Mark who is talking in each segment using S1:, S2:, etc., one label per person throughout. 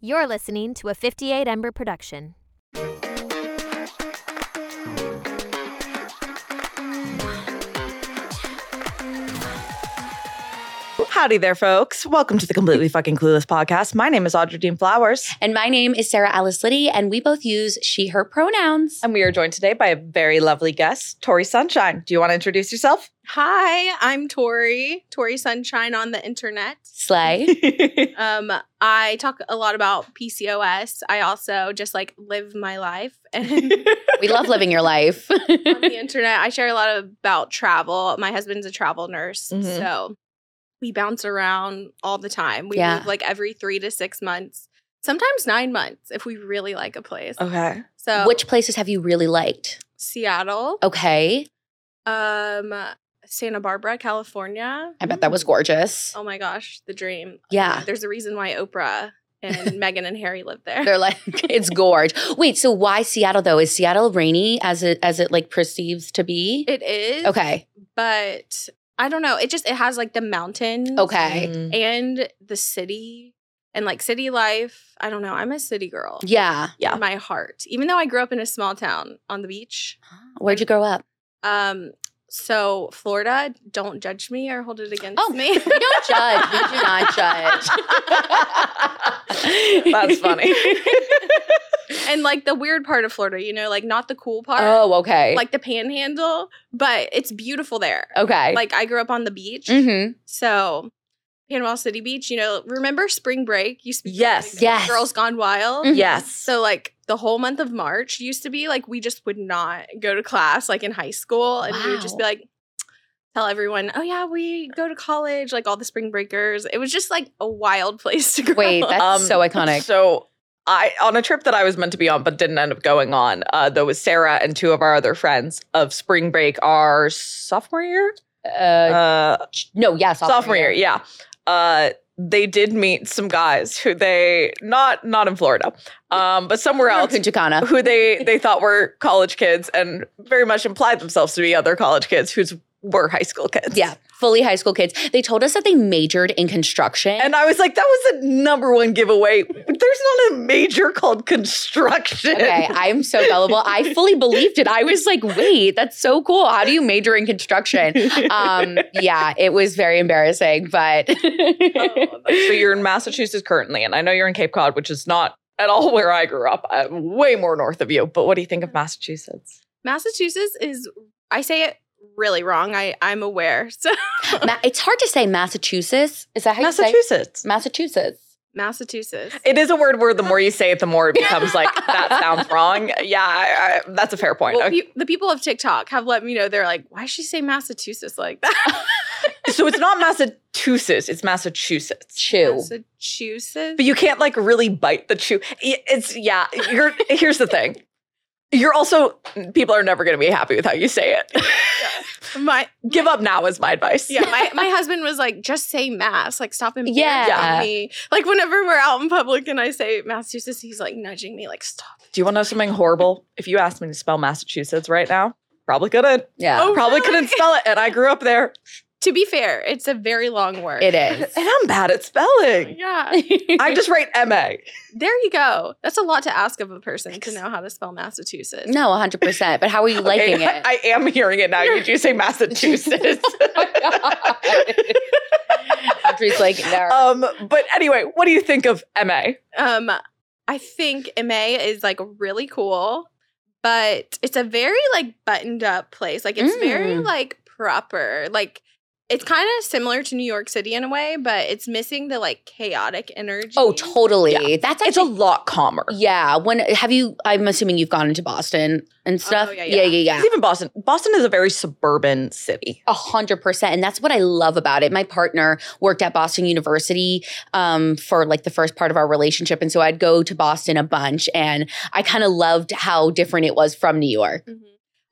S1: You're listening to a 58 Ember production.
S2: Howdy there, folks. Welcome to the Completely Fucking Clueless podcast. My name is Audrey Dean Flowers,
S3: And my name is Sarah Alice Liddy, and we both use she, her pronouns.
S2: and we are joined today by a very lovely guest, Tori Sunshine. Do you want to introduce yourself?
S4: Hi, I'm Tori, Tori Sunshine on the internet.
S3: Slay.
S4: Um, I talk a lot about PCOS. I also just like live my life and
S3: we love living your life.
S4: on the internet. I share a lot about travel. My husband's a travel nurse,
S3: Mm-hmm.
S2: Mhm.
S4: so we bounce around all the time. We
S3: Yeah.
S4: move like every three to six months, sometimes nine months if we really like a place.
S2: okay.
S4: So
S3: Oh, Which Oh. places have you really liked?
S4: Seattle,
S3: Okay.
S4: um, Santa Barbara, California.
S3: I bet that was gorgeous.
S4: Oh my gosh, the dream.
S3: Yeah.
S4: There's a reason why Oprah and Megan and Harry live there.
S3: They're like, it's gorge. Wait, so why Seattle though? Is Seattle rainy as it as it like perceives to be?
S4: it is.
S3: Okay.
S4: But I don't know. It just it has like the mountains
S3: Okay.
S2: Mm.
S4: and the city and like city life. I don't know. I'm a city girl.
S3: Yeah.
S2: Yeah.
S4: In my heart. Even though I grew up in a small town on the beach.
S3: Where'd you grow up?
S4: Um so Florida, don't judge me or hold it against
S3: Oh,
S4: me.
S3: We don't judge. We do not judge.
S2: That's funny.
S4: and like the weird part of Florida, you know, like not the cool part.
S3: oh, okay.
S4: Like the panhandle, but it's beautiful there.
S3: okay.
S4: Like I grew up on the beach.
S3: mm-hmm.
S4: So, Panama City Beach, you know, remember spring break used to be
S2: Yes.
S4: like,
S3: Yes.
S4: Girls Gone Wild?
S3: Mhm.
S2: yes.
S4: So like the whole month of March used to be like we just would not go to class like in high school and we would just be
S3: Wow.
S4: like tell everyone, "Oh yeah, we go to college," like all the spring breakers. It was just like a wild place to grow.
S3: Wait,
S4: up.
S3: that's so iconic.
S2: So I on a trip that I was meant to be on but didn't end up going on. Uh, there was Sarah and two of our other friends of spring break our sophomore year.
S3: uh,
S2: Uh,
S3: no, yeah, sophomore,
S2: sophomore year, yeah. Uh, they did meet some guys who they not not in Florida, um, but somewhere
S3: Or
S2: else
S3: Punta Cana.
S2: who they they thought were college kids and very much implied themselves to be other college kids who were high school kids.
S3: Yeah, fully high school kids. They told us that they majored in construction.
S2: And I was like, that was the number one giveaway. There's not a major called construction.
S3: okay, I'm so gullible. I fully believed it. I was like, wait, that's so cool. How do you major in construction? Um, yeah, it was very embarrassing, but
S2: so you're in Massachusetts currently, and I know you're in Cape Cod, which is not at all where I grew up. i way more north of you. But what do you think of Massachusetts?
S4: Massachusetts is I say it really wrong. I I'm aware. So
S3: Ma- it's hard to say Massachusetts. Is that how you say
S2: Massachusetts.
S3: Massachusetts?
S4: Massachusetts.
S2: It is a word where the more you say it, the more it becomes like that sounds wrong. Yeah, I, I, that's a fair point.
S4: well,
S2: Okay.
S4: pe- the people of TikTok have let me know they're like, why does she say Massachusetts like that?
S2: So it's not Massachusetts; it's Massachusetts.
S3: Chew.
S4: Massachusetts.
S2: But you can't like really bite the chew. It's yeah. You're here's the thing. You're also people are never going to be happy with how you say it.
S4: my
S2: Give up now is my advice.
S4: yeah, my, my husband was like, just say mass, like stop embarrassing
S3: Yeah.
S4: me. Like whenever we're out in public and I say Massachusetts, he's like nudging me, like stop.
S2: Do you want to know something horrible? If you asked me to spell Massachusetts right now, probably couldn't.
S3: Yeah,
S4: Oh,
S2: Probably
S4: really?
S2: couldn't spell it. And I grew up there,
S4: To be fair, it's a very long word.
S3: it
S2: and
S3: is.
S2: I'm bad at spelling.
S4: Yeah,
S2: I just write M A.
S4: there you go. That's a lot to ask of a person to know how to spell Massachusetts.
S3: no, 100%. But how are you
S2: Okay,
S3: liking it?
S2: I, I am hearing it now. You do say Massachusetts.
S3: Audrey's like, no.
S2: um, but anyway, what do you think of MA?
S4: Um, I think MA is like really cool, but it's a very like buttoned up place. Like it's very
S3: Mm.
S4: like proper. Like it's kind of similar to New York City in a way, but it's missing the like chaotic energy.
S3: oh, totally. That's
S2: It's a
S3: actually,
S2: lot calmer.
S3: yeah. When have you? I'm assuming you've gone into Boston and stuff.
S4: yeah,
S3: yeah,
S4: yeah.
S3: yeah.
S2: 'Cause Even Boston. Boston is a very suburban city.
S3: A hundred percent, and that's what I love about it. My partner worked at Boston University um, for like the first part of our relationship, and so I'd go to Boston a bunch, and I kind of loved how different it was from New York.
S4: Mhm.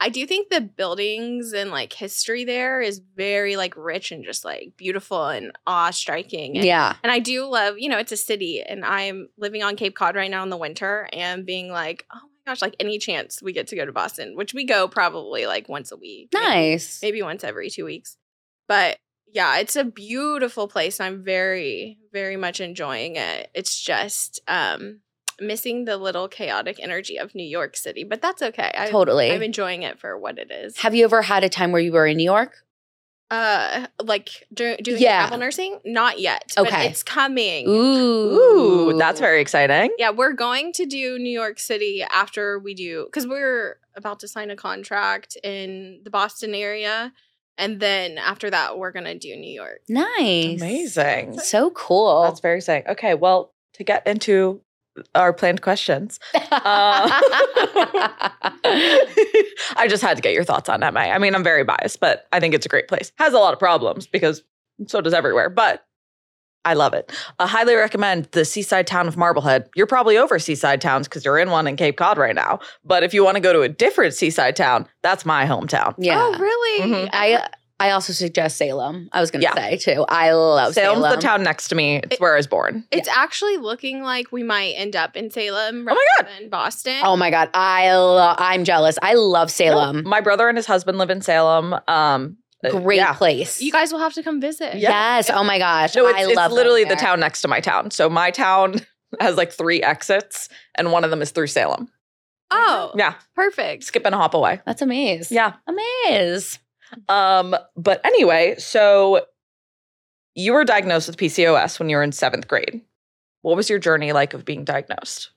S4: I do think the buildings and like history there is very like rich and just like beautiful and awe striking. And,
S3: Yeah,
S4: and I do love, you know, it's a city and I'm living on Cape Cod right now in the winter and being like, oh my gosh, like any chance we get to go to Boston, which we go probably like once a week. maybe-
S3: nice.
S4: Maybe once every two weeks. But yeah, it's a beautiful place. And I'm very, very much enjoying it. It's just um, missing the little chaotic energy of New York City, but that's okay. I,
S3: totally.
S4: I'm enjoying it for what it is.
S3: Have you ever had a time where you were in New York?
S4: uh, like do, doing
S3: Yeah.
S4: travel nursing? Not yet. but
S3: Okay.
S4: it's coming.
S3: Ooh,
S2: Ooh, that's very exciting.
S4: Yeah, we're going to do New York City after we do because we're about to sign a contract in the Boston area, and then after that, we're gonna do New York.
S3: nice.
S2: Amazing.
S3: So cool.
S2: That's very exciting. Okay, well, to get into our planned questions, uh, I just had to get your thoughts on MA. I mean, I'm very biased, but I think it's a great place. Has a lot of problems because so does everywhere, but I love it. I highly recommend the seaside town of Marblehead. You're probably over seaside towns because you're in one in Cape Cod right now. But if you want to go to a different seaside town, that's my hometown.
S3: yeah.
S4: Oh, really?
S2: Mhm.
S3: I I also suggest Salem. I was gonna
S2: Yeah.
S3: say too. I love Salem.
S2: Salem's the town next to me. It's
S4: It-
S2: where I was born.
S4: It's actually looking like we might end up in Salem
S2: Oh my
S4: rather
S2: God.
S4: than Boston.
S3: Oh my god, I lo- I'm jealous. I
S2: Oh,
S3: love Salem.
S2: My brother and his husband live in Salem. Um, uh,
S3: Great
S2: yeah.
S3: place.
S4: you guys will have to come visit.
S2: Yeah.
S3: Yes. Oh my gosh.
S2: No, it's,
S3: I
S2: it's
S3: love
S2: literally
S3: going
S2: the
S3: there.
S2: town next to my town. So my town has like three exits, and one of them is through Salem.
S4: Oh,
S2: Yeah,
S4: perfect.
S2: skip and a hop away.
S3: That's amazing.
S2: Yeah.
S3: Amaze.
S2: Um, but anyway, so you were diagnosed with PCOS when you were in seventh grade. What was your journey like of being diagnosed?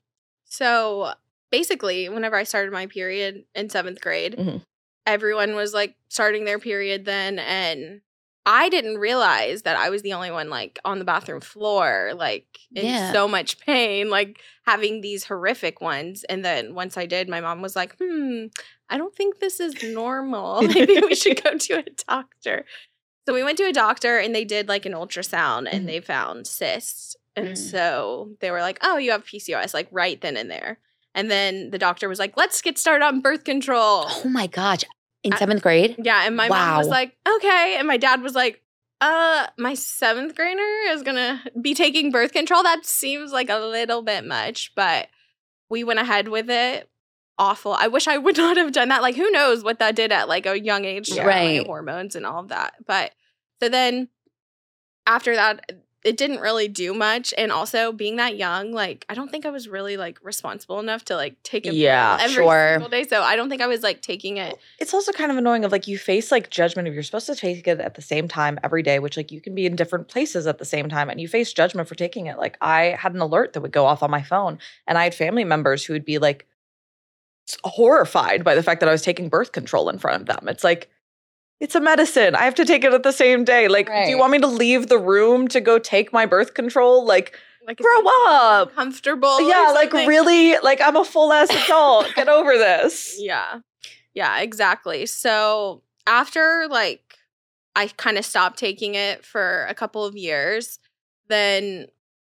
S4: So basically, whenever I started my period in seventh grade,
S2: Mhm.
S4: everyone was like starting their period then, and I didn't realize that I was the only one like on the bathroom floor, like in
S3: Yeah.
S4: so much pain, like having these horrific ones. And then once I did, my mom was like, "Hmm, I don't think this is normal. Maybe we should go to a doctor." So we went to a doctor and they did like an ultrasound and
S2: Mhm.
S4: they found cysts. And
S3: Mm.
S4: so they were like, oh, you have PCOS, like right then and there. And then the doctor was like, let's get started on birth control.
S3: Oh my gosh. In
S4: I-
S3: seventh grade.
S4: Yeah. And my mom was
S3: Wow.
S4: like, okay. And my dad was like, uh, my seventh grader is gonna be taking birth control. That seems like a little bit much, but we went ahead with it. Awful. I wish I would not have done that. Like, who knows what that did at like a young age, to my
S3: Right.
S4: Hormones and all of that. But so then after that, it didn't really do much. And also being that young, like I don't think I was really like responsible enough to like take it
S2: Yeah,
S4: every
S3: sure.
S4: single day. So I don't think I was like taking it
S2: It's also kind of annoying of like you face like judgment of you're supposed to take it at the same time every day, which like you can be in different places at the same time and you face judgment for taking it. Like I had an alert that would go off on my phone and I had family members who would be like s- horrified by the fact that I was taking birth control in front of them. It's like it's a medicine. I have to take it at the same day. Like, do you
S3: Right.
S2: want me to leave the room to go take my birth control? Like,
S4: like it's
S2: grow up.
S4: comfortable. or
S2: Yeah, like
S4: something.
S2: really, like I'm a full ass adult. Get over this.
S4: Yeah. Yeah, exactly. So after like I kind of stopped taking it for a couple of years, then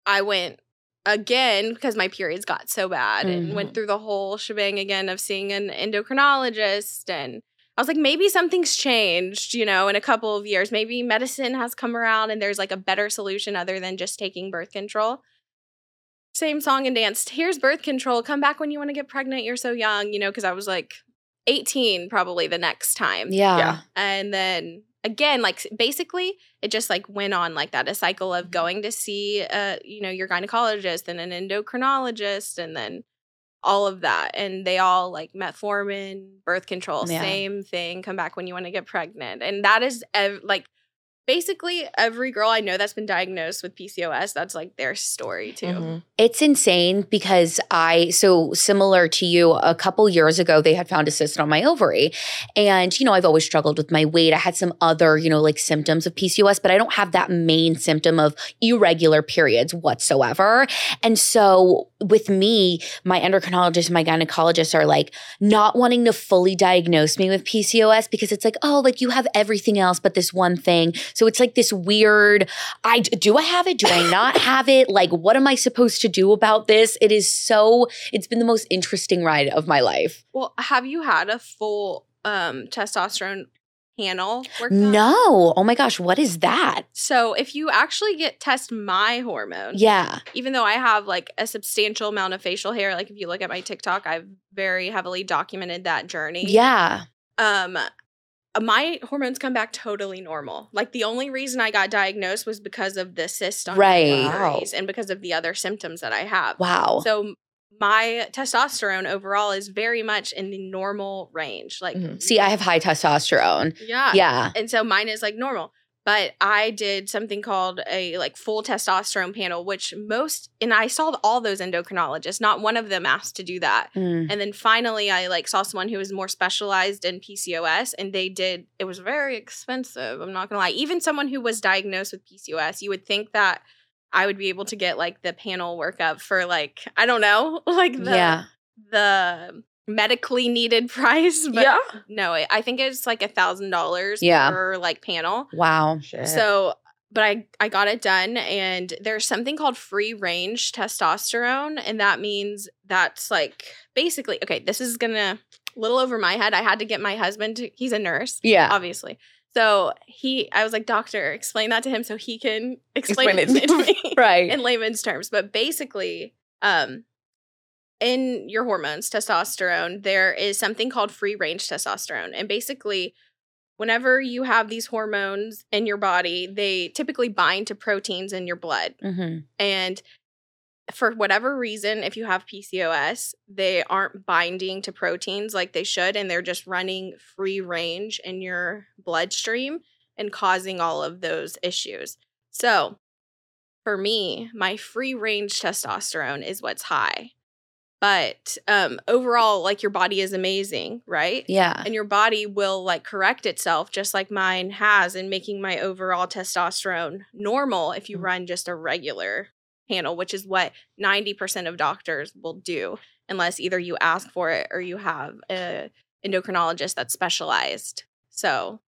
S4: I went again because my periods got so bad and went
S2: Mhm.
S4: through the whole shebang again of seeing an endocrinologist and I was like maybe something's changed, you know, in a couple of years. Maybe medicine has come around and there's like a better solution other than just taking birth control same song and dance. Here's birth control. Come back when you want to get pregnant. You're so young, you know, because I was like 18 probably the next time.
S3: Yeah.
S2: Yeah.
S4: And then again, like s- basically it just like went on like that a cycle
S3: Mm-hmm.
S4: of going to see, uh, you know, your gynecologist and an endocrinologist and then all of that. And they all like metformin, birth control,
S3: Yeah.
S4: same thing. Come back when you want to get pregnant. And that is ev- like, Basically, every girl I know that's been diagnosed with PCOS, that's like their story too.
S2: Mm-hmm.
S3: It's insane because I, so similar to you, a couple years ago, they had found a cyst on my ovary. And, you know, I've always struggled with my weight. I had some other, you know, like symptoms of PCOS, but I don't have that main symptom of irregular periods whatsoever. And so with me, my endocrinologist and my gynecologist are like not wanting to fully diagnose me with PCOS because it's like, oh, like you have everything else but this one thing. So it's like this weird I do I have it? Do I not have it? Like, what am I supposed to do about this? It is so, it's been the most interesting ride of my life.
S4: Well, have you had a full um testosterone panel worked on?
S3: No. Oh my gosh, what is that?
S4: So if you actually get test my hormone,
S3: Yeah.
S4: even though I have like a substantial amount of facial hair, like if you look at my TikTok, I've very heavily documented that journey.
S3: Yeah.
S4: Um my hormones come back totally normal. Like the only reason I got diagnosed was because of the cyst on my
S3: Right.
S4: ovaries and because of the other symptoms that I have.
S3: Wow.
S4: So my testosterone overall is very much in the normal range. Like
S2: Mhm.
S3: Mm-hmm. See, I have high testosterone.
S4: yeah.
S3: Yeah.
S4: And so mine is like normal. But I did something called a like full testosterone panel, which most and I saw all those endocrinologists. Not one of them asked to do that.
S3: Mm.
S4: And then finally, I like saw someone who was more specialized in PCOS, and they did. It was very expensive. I'm not gonna lie. Even someone who was diagnosed with PCOS, you would think that I would be able to get like the panel workup for like I don't know, like the
S3: yeah.
S4: the medically needed price. But
S2: yeah.
S4: no, I I think it's like a thousand dollars
S3: Yeah.
S4: per like panel.
S3: Wow.
S2: Oh,
S4: Eh.
S2: Shit.
S4: So, but I I got it done, and there's something called free range testosterone, and that means that's like basically okay. This is gonna a little over my head. I had to get my husband. To, he's a nurse,
S3: Yeah.
S4: obviously. So he, I was like, doctor, explain that to him so he can explain,
S2: Explain
S4: it,
S2: it.
S4: to me
S3: Right.
S4: in layman's terms. But basically, um, in your hormones, testosterone, there is something called free range testosterone. And basically, whenever you have these hormones in your body, they typically bind to proteins in your blood.
S3: hmm
S4: And for whatever reason, if you have PCOS, they aren't binding to proteins like they should, and they're just running free range in your bloodstream and causing all of those issues. So, for me, my free range testosterone is what's high. But um, overall, like your body is amazing, right?
S3: Yeah.
S4: and your body will like correct itself just like mine has in making my overall testosterone normal if you
S3: Mm-hmm.
S2: Mhm.
S4: run just a regular panel which is what 90% of doctors will do unless either you ask for it or you have a endocrinologist that's specialized so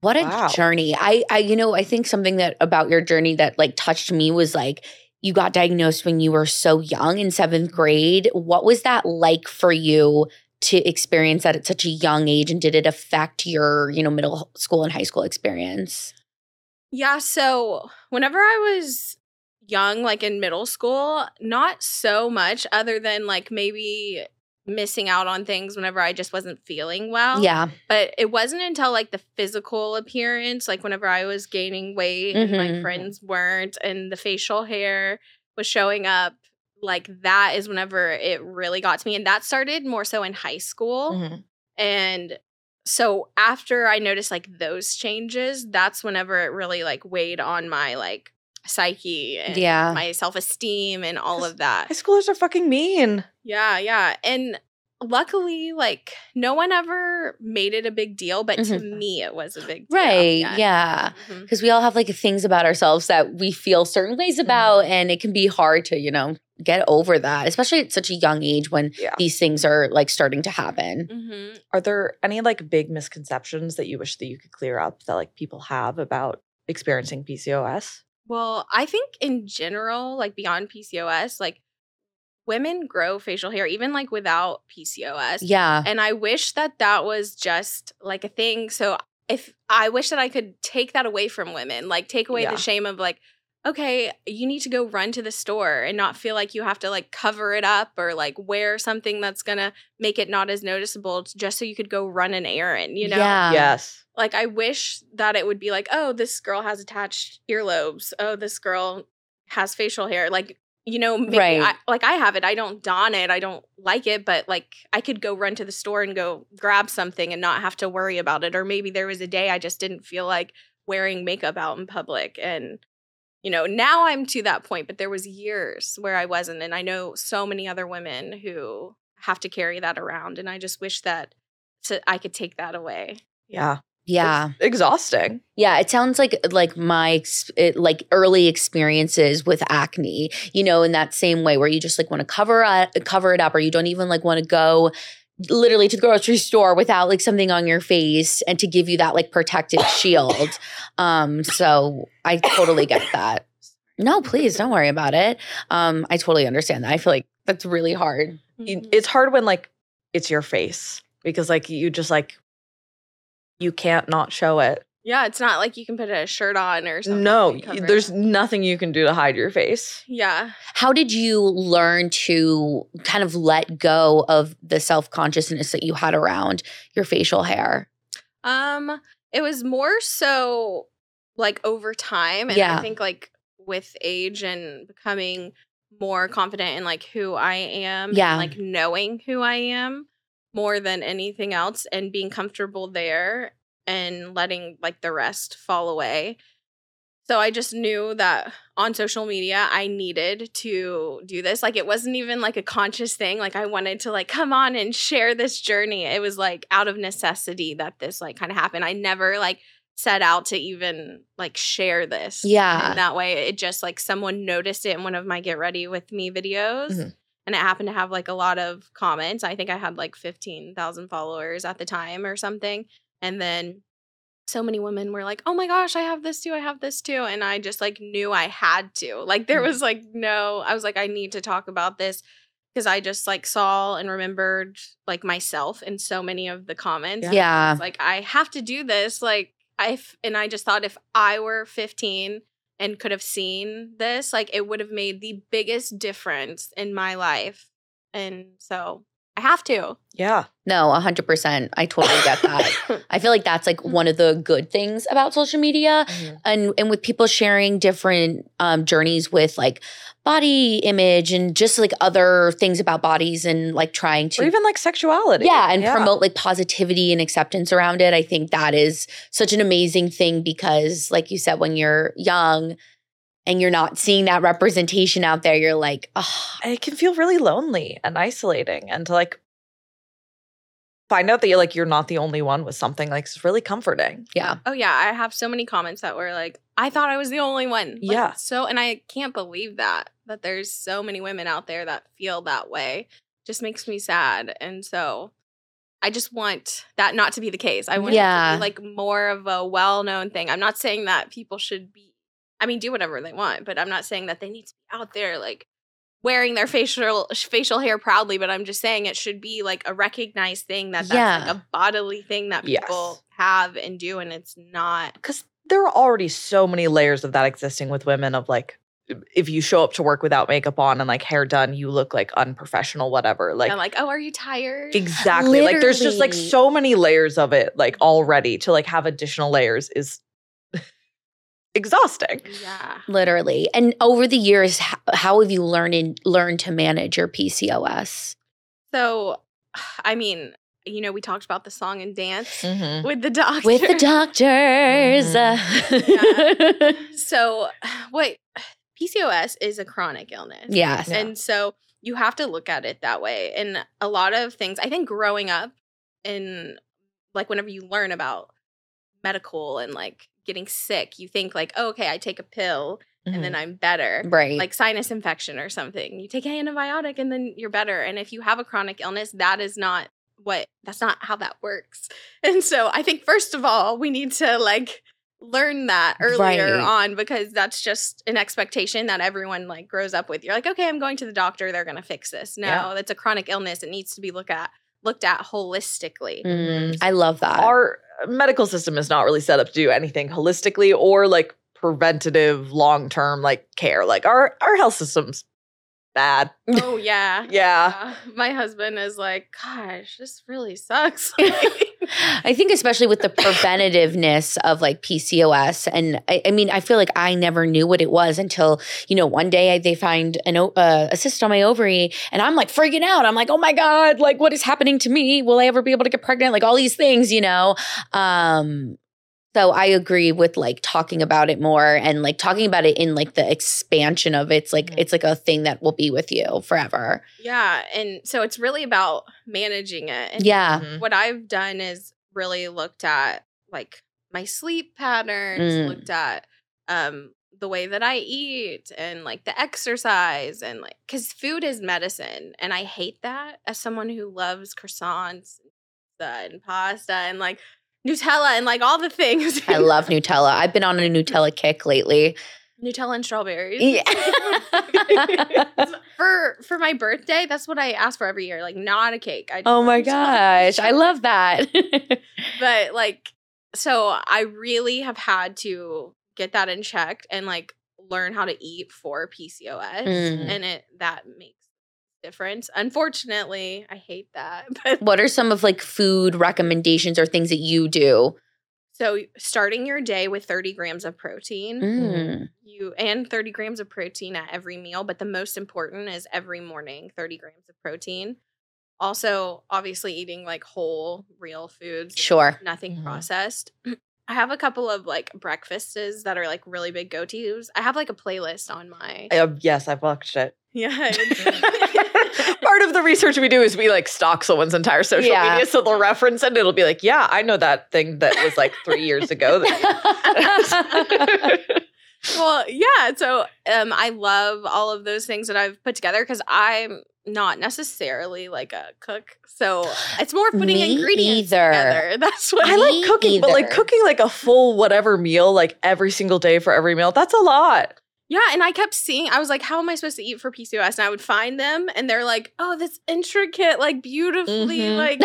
S3: What a
S2: Wow.
S3: journey. I, I, you know, I think something that about your journey that like touched me was like you got diagnosed when you were so young in seventh grade. What was that like for you to experience that at such a young age? And did it affect your, you know, middle school and high school experience?
S4: Yeah, so whenever I was young, like in middle school, not so much other than like maybe missing out on things whenever I just wasn't feeling well.
S3: yeah.
S4: But it wasn't until like the physical appearance, like whenever I was gaining weight and my
S3: Mhm.
S4: friends weren't and the facial hair was showing up, like that is whenever it really got to me. And that started more so in high school.
S2: Mhm.
S4: And so after I noticed like those changes, that's whenever it really like weighed on my like psyche and
S3: Yeah.
S4: my self esteem and all of that.
S2: High schoolers are fucking mean.
S4: Yeah, yeah. And luckily, like no one ever made it a big deal, but to
S3: Mhm.
S4: me it was a big deal.
S3: Right. yeah.
S4: Mhm.
S3: because we all have like things about ourselves that we feel certain ways
S4: Mm-hmm.
S3: about and it can be hard to you know get over that especially at such a young age when
S2: Yeah.
S3: these things are like starting to happen
S4: Mhm.
S2: Are there any like big misconceptions that you wish that you could clear up that like people have about experiencing PCOS?
S4: Well, I think in general, like beyond PCOS, like women grow facial hair even like without PCOS.
S3: yeah
S4: And I wish that that was just like a thing. So if I wish that I could take that away from women, like take away
S2: Yeah.
S4: the shame of like, okay, you need to go run to the store and not feel like you have to like cover it up or like wear something that's gonna make it not as noticeable just so you could go run an errand, you know?
S3: yeah
S2: yes.
S4: Like I wish that it would be like, oh, this girl has attached earlobes. Oh, this girl has facial hair. Like, you know, maybe
S3: Right.
S4: I, like I have it. I don't don it. I don't like it, but like I could go run to the store and go grab something and not have to worry about it. Or maybe there was a day I just didn't feel like wearing makeup out in public and you know, now I'm to that point, but there was years where I wasn't and I know so many other women who have to carry that around and I just wish that to, I could take that away.
S2: Yeah.
S3: yeah
S2: It's exhausting.
S3: Yeah, it sounds like like my ex- it, like early experiences with acne, you know, in that same way where you just like want to cover up, cover it up, or you don't even like want to go literally to the grocery store without like something on your face and to give you that like protective shield. Um, so I totally get that. No, please don't worry about it. Um, I totally understand that. I feel like that's really hard.
S2: You- It's hard when like it's your face because like you just like you can't not show it.
S4: Yeah, it's not like you can put a shirt on or something.
S2: No,
S4: and cover
S2: y-
S4: it
S2: there's
S4: up.
S2: nothing you can do to hide your face.
S4: yeah.
S3: How did you learn to kind of let go of the self consciousness that you had around your facial hair?
S4: Um, it was more so like over time, and
S3: Yeah.
S4: I think like with age and becoming more confident in like who I am, and,
S3: Yeah.
S4: like knowing who I am more than anything else, and being comfortable there and letting like the rest fall away. So I just knew that on social media I needed to do this. Like it wasn't even like a conscious thing. Like I wanted to like come on and share this journey. It was like out of necessity that this like kind of happened. I never like set out to even like share this.
S3: Yeah.
S4: And that way it just like someone noticed it in one of my get ready with me videos.
S2: Mhm.
S4: And it happened to have like a lot of comments. I think I had like 15,000 followers at the time or something. And then so many women were like, "Oh my gosh, I have this too. I have this too." And I just like knew I had to. Like there
S2: Mhm.
S4: was like no, I was like I need to talk about this because I just like saw and remembered like myself in so many of the comments.
S3: Yeah.
S4: It's Like I have to do this like I f- and I just thought if I were 15 and could have seen this, like it would have made the biggest difference in my life. And so I have to.
S2: Yeah.
S3: No, 100%. I totally get that. I feel like that's like one of the good things about social media and and with people sharing different um, journeys with like body image and just like other things about bodies and like trying to
S2: Or even like sexuality.
S3: yeah, and promote like positivity and acceptance around it. I think that is such an amazing thing because, like you said, when you're young and you're not seeing that representation out there, you're like, oh,
S2: And it can feel really lonely and isolating and to like find out that you're like you're not the only one with something like it's really comforting.
S3: yeah,
S4: Oh yeah, I have so many comments that were like, I thought I was the only one. Like,
S2: Yeah.
S4: So and I can't believe that that there's so many women out there that feel that way. Just makes me sad. And so I just want that not to be the case. I want it
S3: Yeah.
S4: to be like more of a well-known thing. I'm not saying that people should be I mean, do whatever they want, but I'm not saying that they need to be out there like wearing their facial facial hair proudly, but I'm just saying it should be like a recognized thing that that's
S3: Yeah.
S4: like a bodily thing that
S2: Yes.
S4: people have and do and it's not
S2: Cause there are already so many layers of that existing with women of like if you show up to work without makeup on and like hair done, you look like unprofessional, whatever. Like
S4: I'm like, oh, are you tired?
S2: Exactly. Like there's just like
S3: Literally.
S2: so many layers of it, like already to like have additional layers is exhausting.
S4: Yeah.
S3: literally. And over the years, how, how have you learned and learned to manage your PCOS?
S4: So, I mean, you know, we talked about the song and dance
S2: Mm-hmm.
S4: with the doctor.
S3: With the doctors.
S4: Mm-hmm. so, what PCOS is a chronic illness.
S3: yes.
S2: Yeah.
S4: And so you have to look at it that way. And a lot of things, I think growing up and like whenever you learn about medical and like getting sick, you think like, oh, okay, I take a pill and
S2: Mm-hmm.
S4: then I'm better.
S3: Right.
S4: like sinus infection or something. You take an antibiotic and then you're better. And if you have a chronic illness, that is not what that's not how that works. And so I think first of all, we need to like learn that earlier
S3: Right.
S4: on because that's just an expectation that everyone like grows up with. You're like, okay, I'm going to the doctor, they're gonna fix this. No,
S2: Yeah.
S4: that's a chronic illness. It needs to be looked at looked at holistically.
S3: Mm, I love that.
S2: Our medical system is not really set up to do anything holistically or like preventative long term like care. Like our our health system's bad.
S4: Oh yeah.
S2: Yeah.
S4: Yeah. my husband is like, gosh, this really sucks. Like-
S3: I think especially with the preventativeness of like PCOS, and I, I mean, I feel like I never knew what it was until you know one day I, they find an o- uh, a cyst on my ovary, and I'm like freaking out. I'm like, oh my god, like what is happening to me? Will I ever be able to get pregnant? Like all these things, you know. Um, so I agree with like talking about it more and like talking about it in like the expansion of it's like
S2: Mhm.
S3: it's like a thing that will be with you forever.
S4: Yeah. And so it's really about managing it. And
S3: Yeah.
S2: Mhm.
S4: What I've done is really looked at like my sleep patterns,
S3: Mm.
S4: looked at um, the way that I eat and like the exercise and like, cause food is medicine. And I hate that as someone who loves croissants and pasta and like Nutella and like all the things.
S3: I love Nutella. I've been on a Nutella kick lately.
S4: Nutella and strawberries.
S3: Yeah.
S2: Mm-hmm.
S4: for for my birthday, that's what I ask for every year. Like not a cake. I just
S3: Oh my
S4: want chocolate
S3: gosh, I love that.
S4: but like so i really have had to get that in check and like learn how to eat for pcos
S3: Mm.
S4: and it that makes difference. Unfortunately, I hate that. But
S3: What are some of like food recommendations or things that you do?
S4: so starting your day with 30 grams of protein.
S3: Mm.
S4: you and 30 grams of protein at every meal but the most important is every morning 30 grams of protein also obviously eating like whole real foods
S3: Sure.
S4: nothing
S2: Mhm.
S4: processed i have a couple of like breakfasts that are like really big go-to's i have like a playlist on my
S2: Uh, yes, I've watched it.
S4: yeah it's-
S2: Part of the research we do is we like stalk someone's entire social
S3: Yeah.
S2: media, so they'll reference it and it'll be like, yeah, I know that thing that was like three years ago. that-
S4: well yeah so um i love all of those things that i've put together because i'm not necessarily like a cook so it's more putting
S3: Me
S4: ingredients
S3: either.
S4: together that's what
S2: I
S3: Me
S2: like cooking, but like
S3: either.
S2: cooking like a full whatever meal, like every single day for every meal, that's a lot.
S4: yeah and i kept seeing i was like how am i supposed to eat for pcos and i would find them and they're like oh this intricate like beautifully
S3: Mm-hmm.
S2: Mhm.
S4: like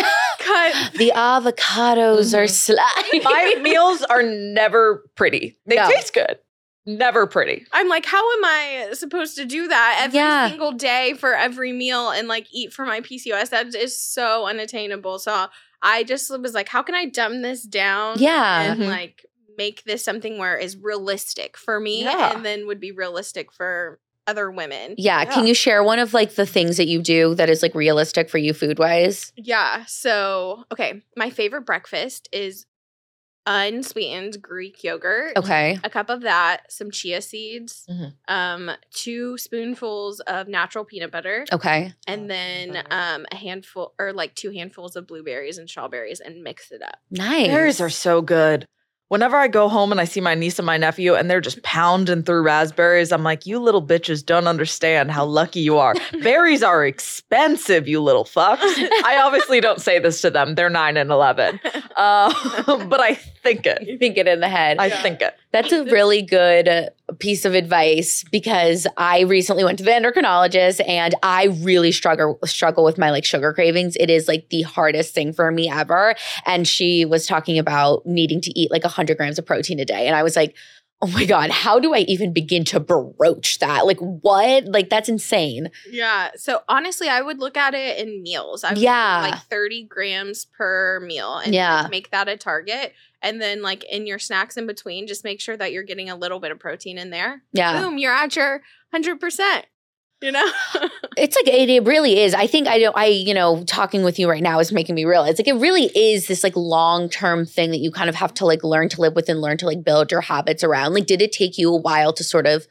S4: cut
S3: the avocados are sliding.
S2: My meals are never pretty. They
S3: No.
S2: taste good, never pretty.
S4: i'm like how am i supposed to do that every
S3: Yeah.
S4: single day for every meal and like eat for my pcos that is so unattainable so i just was like how can i dumb this down
S3: yeah. Mm-hmm.
S4: and
S2: Mhm.
S4: like make this something where is realistic for me
S2: Yeah.
S4: and then would be realistic for other women.
S3: yeah. Can
S2: Yeah.
S3: you share one of like the things that you do that is like realistic for you food wise?
S4: Yeah. So, okay, my favorite breakfast is unsweetened Greek yogurt.
S3: Okay. Mm-hmm.
S4: A cup of that, some chia seeds,
S2: Mhm.
S4: um, two spoonfuls of natural peanut butter,
S3: Okay.
S4: and then
S2: Butter.
S4: um, a handful or like two handfuls of blueberries and strawberries and mix it up.
S3: Nice.
S2: Berries are so good. Whenever I go home and I see my niece and my nephew and they're just pounding through raspberries, I'm like, you little bitches don't understand how lucky you are. Berries are expensive, you little fucks. I obviously don't say this to them. They're nine and 11. Uh, but I think it.
S3: Oh, You think it in the head.
S2: I
S4: Yeah.
S2: think it.
S3: That's a really good uh, piece of advice because I recently went to the endocrinologist and I really struggle struggle with my like sugar cravings. It is like the hardest thing for me ever. And she was talking about needing to eat like 100 grams of protein a day and I was like, "Oh my god, how do I even begin to broach that? Like what? Like that's insane."
S4: Yeah. So honestly, I would look at it in meals. I would do,
S3: Yeah.
S4: like 30 grams per meal and
S3: Yeah.
S4: like, make that a target. And then like in your snacks in between, just make sure that you're getting a little bit of protein in there.
S3: Yeah.
S4: Boom, you're at your 100%. You know?
S3: It's like it, it really is. I think I don't. I you know talking with you right now is making me realize like it really is this like long term thing that you kind of have to like learn to live with and learn to like build your habits around. Like, did it take you a while to sort of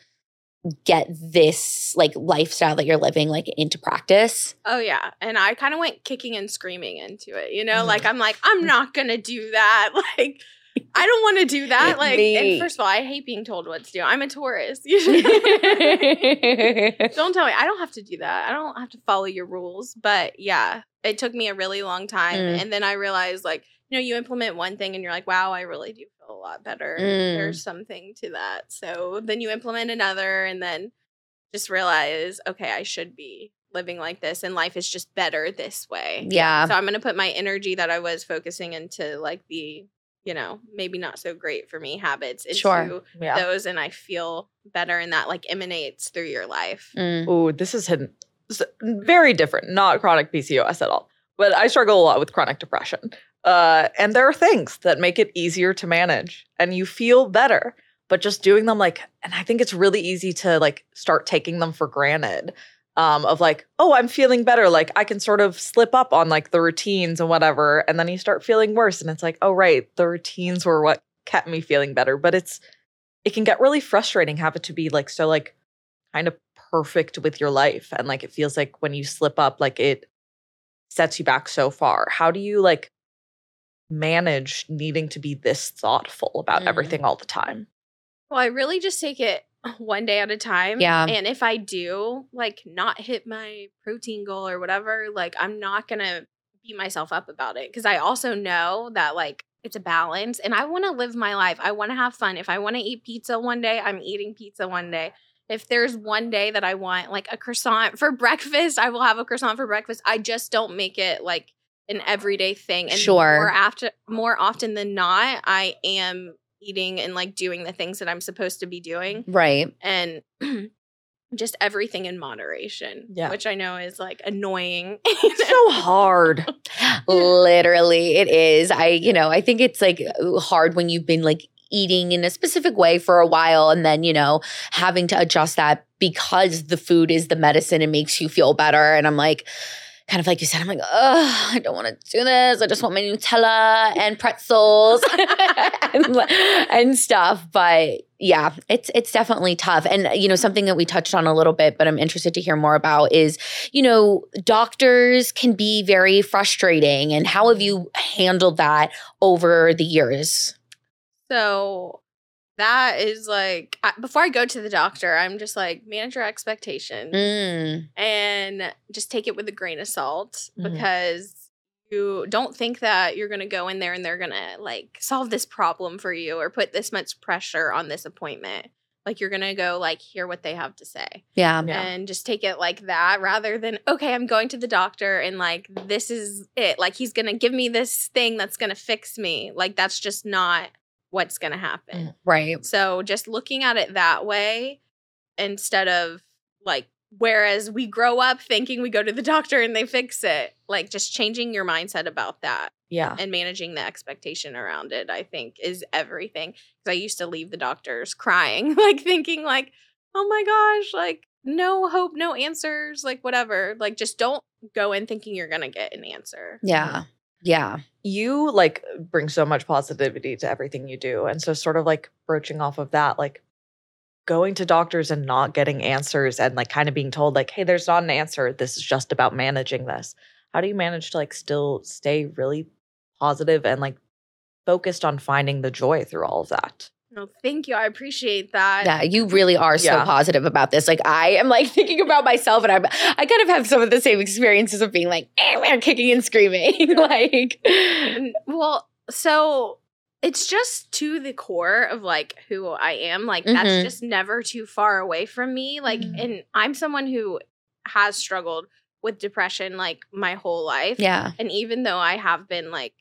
S3: get this like lifestyle that you're living like into practice?
S4: oh yeah. And I kind of went kicking and screaming into it. You know,
S2: Mhm.
S4: like I'm like I'm not going to do that. Like I don't want to do that. Like
S3: Me.
S4: and first of all, I hate being told what to do. I'm a Taurus. You know?
S3: yeah,
S4: don't tell me. I don't have to do that. I don't have to follow your rules. But yeah, it took me a really long time.
S3: Mm.
S4: And then I realized, like, you know, you implement one thing and you're like, wow, I really do feel a lot better.
S3: Mm.
S4: There's something to that. So then you implement another and then just realize, okay, I should be living like this and life is just better this way. So I'm going to put my energy that I was focusing into, like, the, you know, maybe not so great for me habits into
S3: Sure.
S2: Yeah.
S4: those. And I feel better and that, like, emanates through your life.
S3: Mm.
S2: Ooh, this is hidden. s- Very different, not chronic PCOS at all. But I struggle a lot with chronic depression. Uh, and there are things that make it easier to manage and you feel better. But just doing them like, and I think it's really easy to like start taking them for granted um, of like, oh, I'm feeling better. Like I can sort of slip up on like the routines and whatever. And then you start feeling worse. And it's like, oh, right, the routines were what kept me feeling better. But it's, it can get really frustrating having to be like so like kind of perfect with your life and like it feels like when you slip up like it sets you back so far how do you like manage needing to be this thoughtful about
S3: Mm.
S2: everything all the time
S4: Well, I really just take it one day at a time.
S3: Yeah.
S4: And if I do, like, not hit my protein goal or whatever, like, I'm not going to beat myself up about it. Cause I also know that, like, it's a balance and I want to live my life. I want to have fun. If I want to eat pizza one day, I'm eating pizza one day. If there's one day that I want, like, a croissant for breakfast, I will have a croissant for breakfast. I just don't make it like, an everyday thing and
S3: Sure.
S4: more after more often than not i am eating and like doing the things that I'm supposed to be doing.
S3: Right.
S4: And just everything in moderation,
S2: Mm-hmm. Yeah.
S4: which I know is like annoying.
S2: It's so hard.
S3: Literally, it is. I, you know, I think it's like hard when you've been like eating in a specific way for a while and then, you know, having to adjust that because the food is the medicine and makes you feel better. And I'm like, kind of like you said, I'm like, oh, I don't want to do this. I just want my Nutella and pretzels and, and stuff. But yeah, it's it's definitely tough. And you know, something that we touched on a little bit, but I'm interested to hear more about is, you know, doctors can be very frustrating. And how have you handled that over the years?
S4: So that is like I, before I go to the doctor, I'm just like manage your expectations
S3: Mm,
S4: and just take it with a grain of salt
S2: Mhm.
S4: because you don't think that you're going to go in there and they're going to like solve this problem for you or put this much pressure on this appointment. Like you're going to go like hear what they have to say
S3: yeah.
S2: Yeah.
S4: and just take it like that rather than okay i'm going to the doctor and like this is it like he's gonna give me this thing that's gonna fix me like that's just not what's gonna happen
S3: Right.
S4: so just looking at it that way instead of like whereas we grow up thinking we go to the doctor and they fix it like just changing your mindset about that
S2: Yeah.
S4: and managing the expectation around it i think is everything because i used to leave the doctors crying like thinking like oh my gosh like no hope no answers like whatever like just don't go in thinking you're gonna get an answer
S3: Yeah. Yeah.
S2: You like bring so much positivity to everything you do. And so, sort of like broaching off of that, like going to doctors and not getting answers and like kind of being told, like, hey, there's not an answer. This is just about managing this. How do you manage to like still stay really positive and like focused on finding the joy through all of that?
S4: no thank you i appreciate that
S3: Yeah. You really are so
S2: Yeah.
S3: positive about this. Like I am like thinking about myself and I'm I kind of have some of the same experiences of being like, eh, man, kicking and screaming. like
S4: N- well so it's just to the core of like who i am like
S3: Mhm.
S4: that's just never too far away from me like
S3: Mm-hmm.
S2: Mhm.
S4: and i'm someone who has struggled with depression like my whole life
S3: Yeah.
S4: and even though i have been like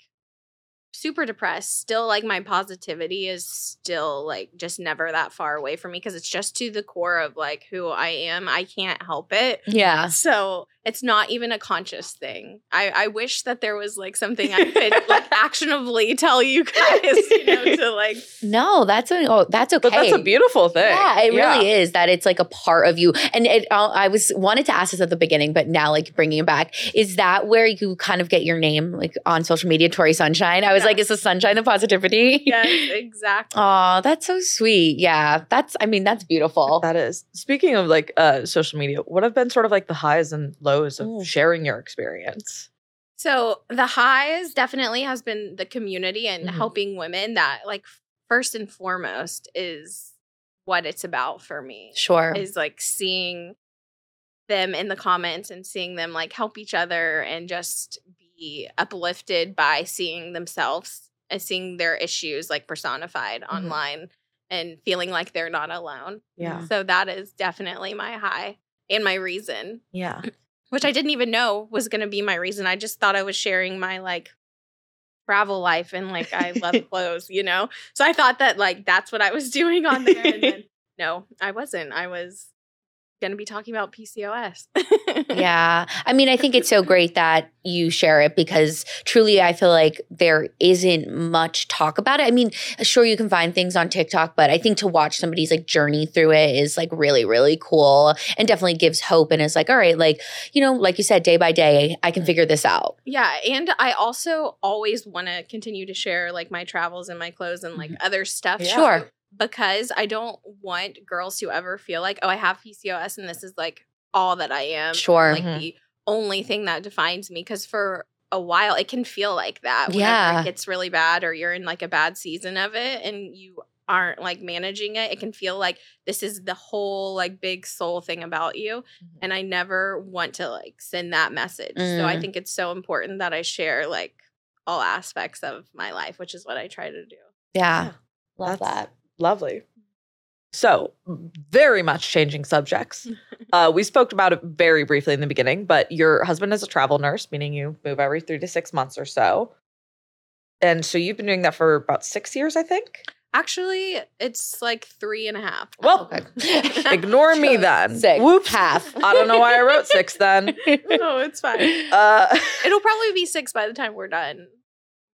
S4: super depressed still like my positivity is still like just never that far away from me because it's just to the core of like who i am i can't help it
S3: Yeah.
S4: so it's not even a conscious thing. I, I wish that there was like something I could like actionably tell you guys you know, to like
S3: No, that's a, oh, that's okay.
S2: But that's a beautiful thing.
S3: Yeah, it really is that it's like a part of you. And it, uh, I was wanted to ask this at the beginning, but now like bringing it back, is that where you kind of get your name like on social media, Tori Sunshine? I was
S4: Yeah.
S3: like, is the sunshine the positivity?
S4: yes exactly.
S3: Oh, that's so sweet. Yeah, that's. I mean, that's beautiful.
S2: That is. Speaking of like uh social media, what have been sort of like the highs and lows of
S3: Ooh.
S2: sharing your experience?
S4: So the highs definitely has been the community and
S2: Mhm.
S4: helping women that like first and foremost is what it's about for me.
S3: sure.
S4: is like seeing them in the comments and seeing them like help each other and just be uplifted by seeing themselves and seeing their issues like personified online and feeling like they're not alone.
S2: Yeah.
S4: So that is definitely my high and my reason,
S2: Yeah.
S4: which I didn't even know was going to be my reason. I just thought I was sharing my like travel life and like I love clothes, you know? So I thought that like that's what I was doing on there. And then no, I wasn't. I was going to be talking about PCOS.
S3: yeah. I mean, I think it's so great that you share it because truly I feel like there isn't much talk about it. I mean, sure you can find things on TikTok, but I think to watch somebody's like journey through it is like really, really cool and definitely gives hope and is like, all right, like, you know, like you said, day by day, I can figure this out.
S4: Yeah. And I also always want to continue to share like my travels and my clothes and like other stuff.
S2: Yeah.
S3: Mm-hmm. Sure.
S4: Because I don't want girls who ever feel like, oh, I have PCOS and this is like all that I am.
S3: Sure. mm-hmm.
S4: Like
S2: Mhm.
S4: the only thing that defines me. Because for a while, it can feel like that. whenever
S3: Yeah.
S4: It gets really bad or you're in like a bad season of it and you aren't like managing it. It can feel like this is the whole like big soul thing about you
S3: Mm-hmm.
S4: and I never want to like send that message. So I
S3: Mm.
S4: think it's so important that I share like all aspects of my life, which is what I try to do.
S3: Yeah. Love
S2: That's-
S3: that.
S2: Lovely. So, very much changing subjects. uh, we spoke about it very briefly in the beginning, but your husband is a travel nurse, meaning you move every three to six months or so. And so you've been doing that for about six years, I think.
S4: Actually, it's like three and a half.
S2: Well, ignore me then.
S3: Uh, Six.
S2: Whoops.
S3: Half.
S2: I don't know why I wrote six then.
S4: no, it's fine.
S2: Uh,
S4: It'll probably be six by the time we're done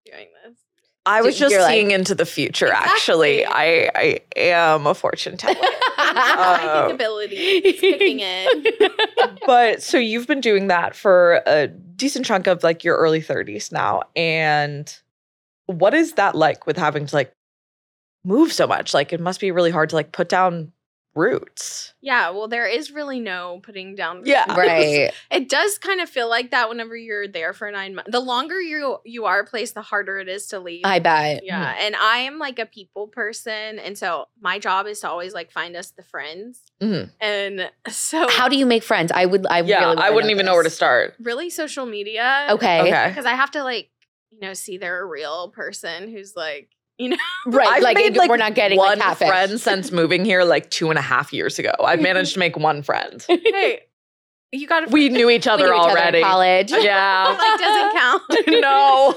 S4: doing this.
S2: I was just
S3: You're like-
S2: seeing into the future, actually. I, I am a fortune teller.
S4: My
S3: Oh.
S2: Uh,
S4: capability is kicking in.
S2: but so you've been doing that for a decent chunk of like your early 30s now. And what is that like with having to like move so much? Like, it must be really hard to like put down roots.
S4: Yeah, well, there is really no putting down.
S2: Yeah.
S4: roots.
S3: right.
S4: It does kind of feel like that whenever you're there for nine months. The longer you you are a place, the harder it is to leave.
S3: I
S2: Mm.
S3: bet.
S4: yeah, and I am like a people person, and so my job is to always like find us the friends,
S2: Mhm.
S4: and so
S3: Mm. How do you make friends? I would. I
S2: yeah,
S3: really
S2: I
S3: wanna
S2: wouldn't even know where to
S3: this.
S2: start.
S4: really social media.
S3: Okay.
S2: Okay.
S4: because I have to like you know see they're a real person who's like
S3: Right.
S2: I've
S3: like,
S2: made,
S3: it- we're not getting
S2: one
S3: like half
S2: friend since moving here like two and a half years ago. I've managed to make one friend.
S4: hey you got to
S2: We knew each other already.
S3: in college.
S2: yeah.
S4: like doesn't count.
S2: no.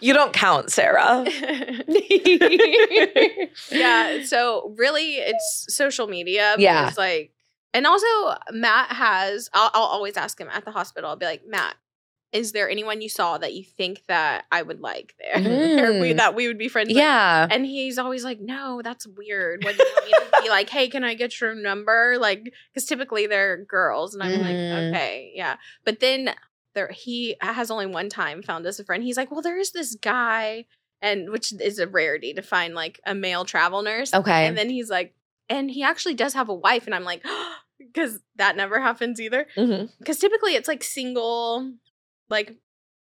S2: you don't count, Sarah.
S4: yeah. So really, it's social media.
S3: Yeah.
S4: because, Like, and also Matt has. I'll, I'll always ask him at the hospital. I'll be like, Matt, is there anyone you saw that you think that I would like there, or we,
S3: Mm.
S4: that we would be friends? with?"
S3: yeah.
S4: And he's always like, "No, that's weird." When you want me to be like, "Hey, can I get your number?" Like, because typically they're girls, and I'm
S3: Mhm.
S4: like, "Okay, yeah." But then there, he has only one time found us a friend. He's like, "Well, there is this guy," and which is a rarity to find like a male travel nurse.
S3: Okay.
S4: And then he's like, "And he actually does have a wife," and I'm like, "Because that never happens either."
S2: Mhm.
S4: Because typically it's like single, like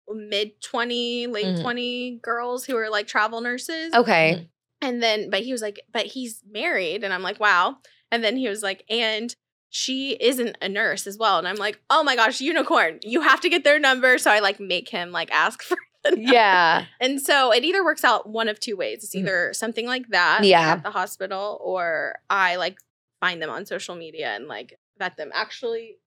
S4: mid twenty, late
S2: Mhm.
S4: twenty girls who are like travel nurses.
S3: okay.
S4: And then, but he was like, but he's married. And I'm like, wow. And then he was like, and she isn't a nurse as well. And I'm like, oh my gosh, unicorn, you have to get their number. So I like make him like ask for the number.
S3: Yeah. Mm.
S4: And so it either works out one of two ways. It's
S2: Mhm.
S4: either something like that
S3: Yeah.
S4: at the hospital or I like find them on social media and like vet them. Actually,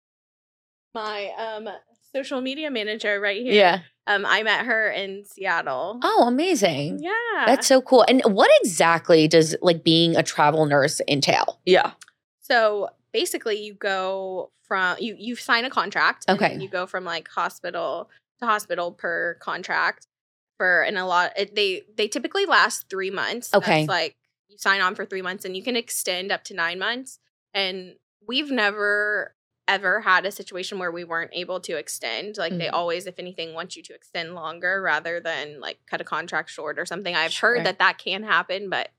S4: my um social media manager right here.
S3: Yeah.
S4: Um, I met her in Seattle.
S3: Oh, amazing.
S4: Yeah.
S3: That's so cool. And what exactly does like being a travel nurse entail?
S2: Yeah.
S4: So basically, you go from you you sign a contract. and
S3: Okay.
S4: then You go from like hospital to hospital per contract for and a lot. It, they they typically last three months.
S3: Okay.
S4: That's like you sign on for three months, and you can extend up to nine months. And we've never ever had a situation where we weren't able to extend. Like they
S3: Mhm.
S4: always, if anything, want you to extend longer rather than like cut a contract short or something. I've
S3: Sure.
S4: heard that that can happen, but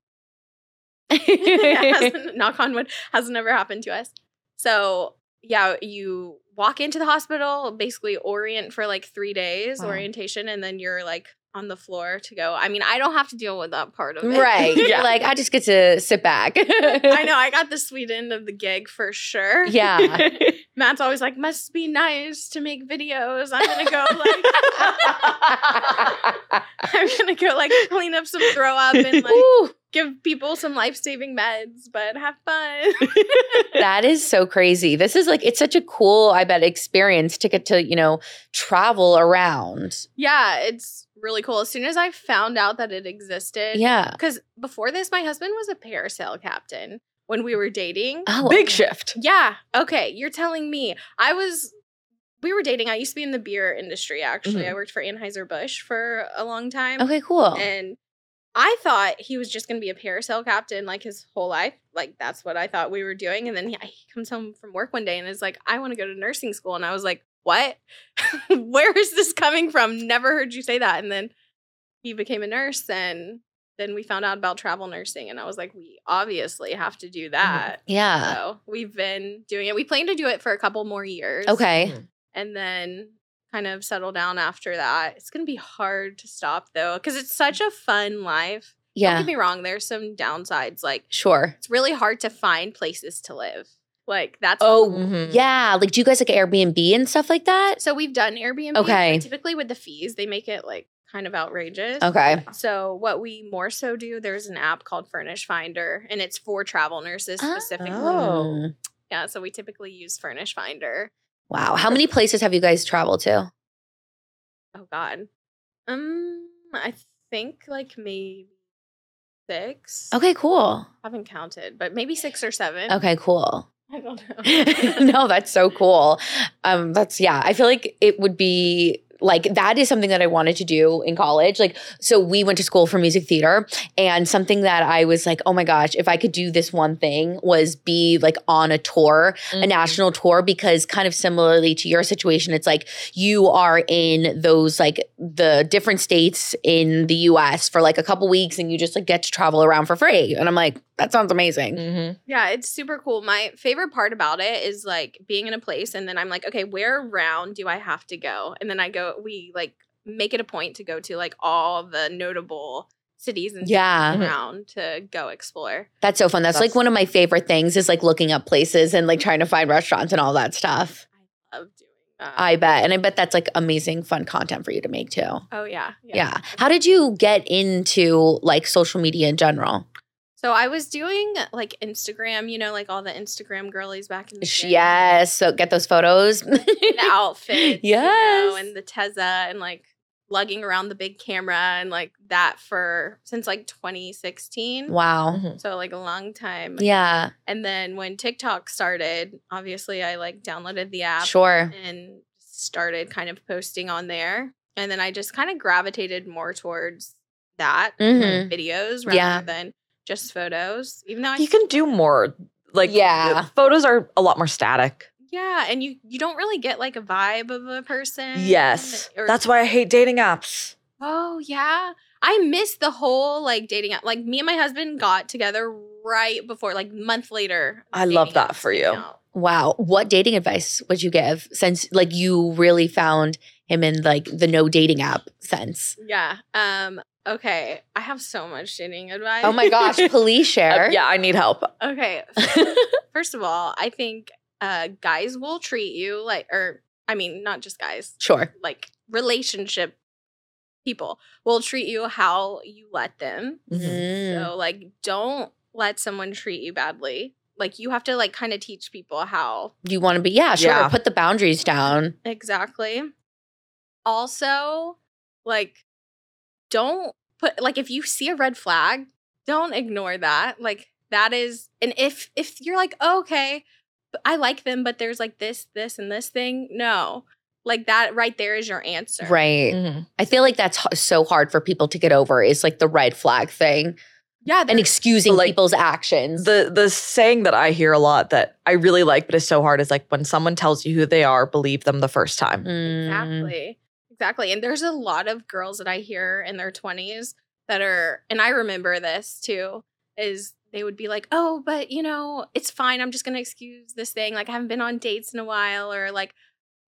S4: It hasn't- knock on wood has never happened to us so yeah you walk into the hospital basically orient for like three days
S3: Wow.
S4: orientation and then you're like on the floor to go i mean i don't have to deal with that part of it
S3: right.
S2: Yeah.
S3: Like I just get to sit back.
S4: i know i got the sweet end of the gig for sure
S3: Yeah.
S4: matt's always like must be nice to make videos i'm gonna go like i'm gonna go like clean up some throw up and like
S3: Ooh,
S4: give people some life-saving meds but have fun
S3: that is so crazy. This is like it's such a cool, I bet, experience to get to, you know, travel around.
S4: Yeah, it's really cool. As soon as I found out that it existed,
S3: Yeah.
S4: because before this, my husband was a parasail captain when we were dating.
S3: Oh
S2: Big shift.
S4: yeah, okay, you're telling me. I was, we were dating. I used to be in the beer industry, actually.
S3: Mm-hmm.
S2: Mhm.
S4: I worked for Anheuser Busch for a long time.
S3: Okay, cool.
S4: And I thought he was just going to be a parasail captain like his whole life. Like that's what I thought we were doing. And then he, he comes home from work one day and is like, I want to go to nursing school. And I was like, what? Where is this coming from? Never heard you say that. And then he became a nurse and then we found out about travel nursing. And I was like, we obviously have to do that.
S3: Mm, yeah.
S4: So we've been doing it. We plan to do it for a couple more years
S3: Okay.
S4: and then kind of settle down after that. It's going to be hard to stop though, because it's such a fun life.
S3: Mm. Yeah.
S4: Don't get me wrong, there's some downsides. Like,
S3: Sure.
S4: it's really hard to find places to live. Like, that's.
S3: Oh,
S2: Mhm.
S3: yeah. Like, do you guys like Airbnb and stuff like that?
S4: So we've done Airbnb. but
S3: Okay.
S4: Typically with the fees, they make it like kind of outrageous.
S3: Okay.
S4: So what we more so do, there's an app called Furnish Finder, and it's for travel nurses
S3: Ah,
S4: specifically.
S2: Oh.
S3: Mm.
S4: Yeah. So we typically use Furnish Finder.
S3: Wow. How many places have you guys traveled to?
S4: Oh God. Um, I think like maybe six.
S3: Okay, cool.
S4: haven't counted, but maybe six or seven.
S3: Okay, cool.
S4: I don't know.
S3: no, that's so cool. Um, that's yeah. I feel like it would be like that is something that I wanted to do in college. Like, so we went to school for music theater, and something that I was like, oh my gosh, if I could do this one thing was be like on a tour,
S2: Mm-hmm.
S4: Mm-hmm.
S3: a national tour, because kind of similarly to your situation, it's like you are in those like the different states in the U.S. for like a couple weeks, and you just like get to travel around for free. And I'm like, that sounds amazing.
S4: Mm-hmm.
S2: Mhm.
S4: yeah, it's super cool. My favorite part about it is like being in a place and then I'm like, okay, where around do I have to go? And then I go, we like make it a point to go to like all the notable cities and
S3: Yeah.
S4: yeah.
S3: Mm-hmm.
S4: around to go explore.
S3: That's so fun. That's, like
S2: That's-
S3: one of my favorite things is like looking up places and like trying to find restaurants and all that stuff.
S4: I love doing uh, that.
S3: I bet. And I bet that's like amazing, fun content for you to make too. Yeah.
S4: oh yeah.
S3: How did you get into like social media in general?
S4: So I was doing like Instagram, you know, like all the Instagram girlies back in the day.
S3: Yes. So get those photos.
S4: the outfits, you know,
S3: Yes.
S4: and the Tezza and like lugging around the big camera and like that for since like 2016.
S3: wow.
S2: Mm-hmm.
S4: So like a long time.
S3: Yeah.
S4: And then when TikTok started, obviously I like downloaded the app
S3: Sure.
S4: and started kind of posting on there. And then I just kind of gravitated more towards that
S3: Mhm.
S4: videos rather
S3: Yeah.
S4: than just photos. Even though I
S2: You can do more. Like
S3: Yeah.
S2: photos are a lot more static.
S4: yeah, and you you don't really get like a vibe of a person.
S2: Yes.
S4: or-
S2: That's why I hate dating apps.
S4: Oh yeah. I miss the whole like dating app. Like me and my husband got together right before like month later.
S2: I love
S4: dating
S2: that
S4: apps
S2: for
S4: came
S2: you.
S4: out.
S3: Wow. What dating advice would you give since like you really found him in like the no dating app sense?
S4: Yeah. Um okay. I have so much dating advice.
S3: Oh my gosh. Please share.
S2: Uh, yeah, I need help.
S4: Okay. First of all, I think uh guys will treat you like or I mean not just guys,
S3: Sure.
S4: like relationship people will treat you how you let them.
S2: Mhm.
S3: Mm.
S4: So like don't let someone treat you badly. Like you have to like kind of teach people how
S3: You want to be, yeah, sure.
S2: Yeah.
S3: Put the boundaries down.
S4: Exactly. Also, like, don't put like if you see a red flag, don't ignore that. Like that is, and if if you're like, oh, okay, but I like them, but there's like this, this, and this thing. No, like that right there is your answer.
S3: Right.
S4: Mm-hmm.
S2: Mhm.
S3: I feel like that's h- so hard for people to get over is like the red flag thing
S4: Yeah.
S3: and
S4: there-
S3: excusing
S2: Like,
S3: people's actions.
S2: The the saying that I hear a lot that I really like but is so hard is like when someone tells you who they are, believe them the first time.
S3: Mm.
S4: Exactly. Exactly. And there's a lot of girls that I hear in their 20s that are, and I remember this too, is they would be like, oh, but you know, it's fine. I'm just going to excuse this thing. Like, I haven't been on dates in a while, or like,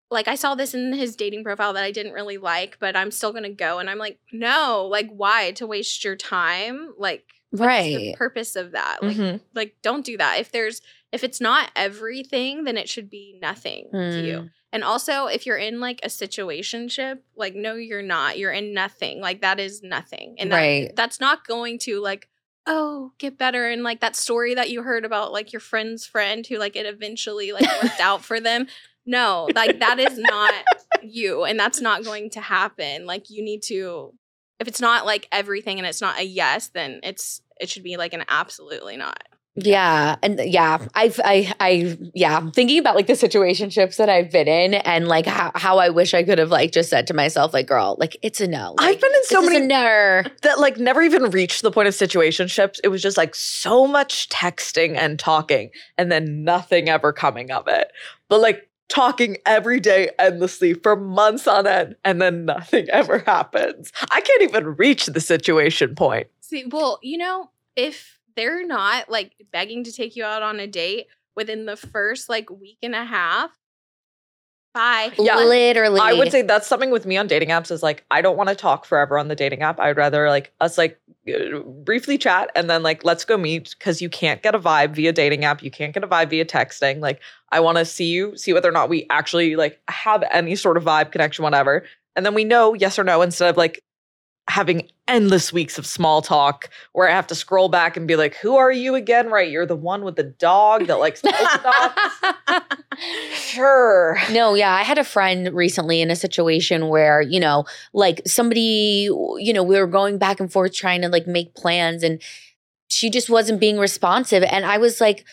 S4: like I saw this in his dating profile that I didn't really like, but I'm still going to go. And I'm like, no, like, why? To waste your time? Like, what's the
S3: Right.
S4: purpose of that? Like,
S3: Mm-hmm.
S2: Mhm.
S4: like don't do that if there's if it's not everything then it should be nothing to you and also if you're in like a situationship like no you're not you're in nothing like that is nothing and that,
S3: Right.
S4: that's not going to like oh get better and like that story that you heard about like your friend's friend who like it eventually like worked out for them no like that is not you and that's not going to happen like you need to if it's not like everything and it's not a yes then it's it should be like an absolutely not
S3: Yeah. And yeah,
S2: Mm.
S3: I've, I, I, yeah, thinking about like the situationships that I've been in and like how, how I wish I could have like just said to myself, like, girl, like it's a no. Like,
S2: I've been in so
S3: this is
S2: many
S3: a no.
S2: that like never even reached the point of situationships. It was just like so much texting and talking and then nothing ever coming of it. But like talking every day endlessly for months on end and then nothing ever happens. I can't even reach the situation point.
S4: See, well, you know, if they're not like begging to take you out on a date within the first like week and a half, bye.
S2: Yeah.
S3: Literally.
S2: I would say that's something with me on dating apps is like I don't want to talk forever on the dating app. I'd rather like us like uh, briefly chat and then like let's go meet because you can't get a vibe via dating app. You can't get a vibe via texting. Like I want to see you, see whether or not we actually like have any sort of vibe connection, whatever. And then we know yes or no instead of like having endless weeks of small talk where I have to scroll back and be like, who are you again? Right. You're the one with the dog that likes polka dots. Sure.
S3: No, yeah. I had a friend recently in a situation where, you know, like somebody, you know, we were going back and forth trying to like make plans and she just wasn't being responsive. And I was like,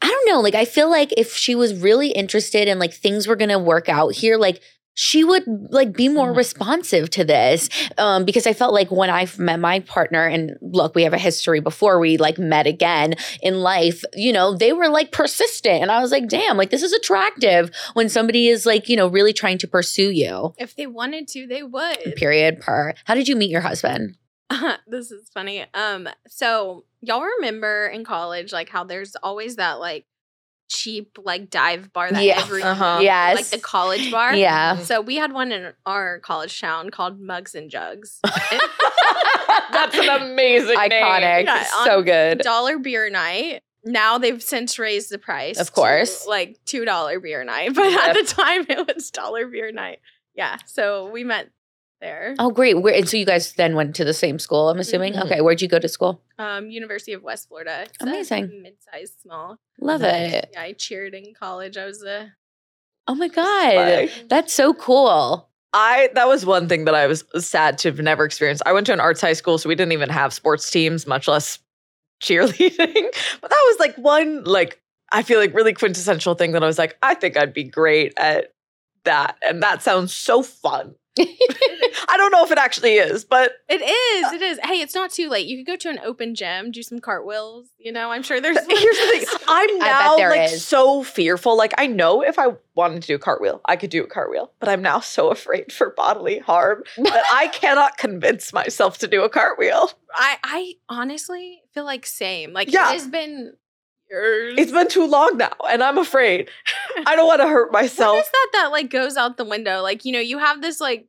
S3: I don't know. Like, I feel like if she was really interested and like things were going to work out here, like, she would like be more
S2: Mhm.
S3: responsive to this um, because I felt like when I met my partner and look, we have a history before we like met again in life. You know, they were like persistent, and I was like, damn, like this is attractive when somebody is like you know really trying to pursue you.
S4: If they wanted to, they would.
S3: Period. Per. How did you meet your husband?
S4: this is funny. Um, so y'all remember in college, like how there's always that like cheap like dive bar that
S3: Yeah.
S4: every
S2: Uh-huh.
S3: yes.
S4: like the college bar. Mm-hmm.
S3: Yeah.
S4: So we had one in our college town called Mugs and Jugs.
S2: That's an amazing
S3: Iconic.
S2: name.
S4: Yeah, on-
S3: so good.
S4: dollar beer night. Now they've since raised the price.
S3: Of course.
S4: To, like two dollar beer night. But at the time it was dollar beer night. Yeah. So we met there.
S3: Oh, great. Where, and so you guys then went to the same school, I'm assuming?
S2: Mhm.
S3: Okay. Where'd you go to school?
S4: Um, University of West Florida. It's a
S3: Amazing.
S4: mid-sized small.
S3: Love
S2: Nice.
S3: it.
S4: Yeah, I cheered in college. I was a
S3: Oh my God.
S2: Like-
S3: That's so cool.
S2: I that was one thing that I was sad to have never experienced. I went to an arts high school, so we didn't even have sports teams, much less cheerleading. But that was like one like I feel like really quintessential thing that I was like, I think I'd be great at that. And that sounds so fun. I don't know if it actually is, but
S4: it is, it is. Hey, it's not too late. You could go to an open gym, do some cartwheels, you know. I'm sure there's
S2: here's the thing. I'm
S3: bet
S2: now
S3: there
S2: like
S3: is.
S2: so fearful. Like I know if I wanted to do a cartwheel, I could do a cartwheel, but I'm now so afraid for bodily harm that I cannot convince myself to do a cartwheel.
S4: I, I honestly feel like same. Like
S2: Yeah.
S4: it has been years.
S2: It's been too long now, and I'm afraid. I don't want to hurt
S4: What
S2: myself.
S4: is that that like goes out the window? Like, you know, you have this like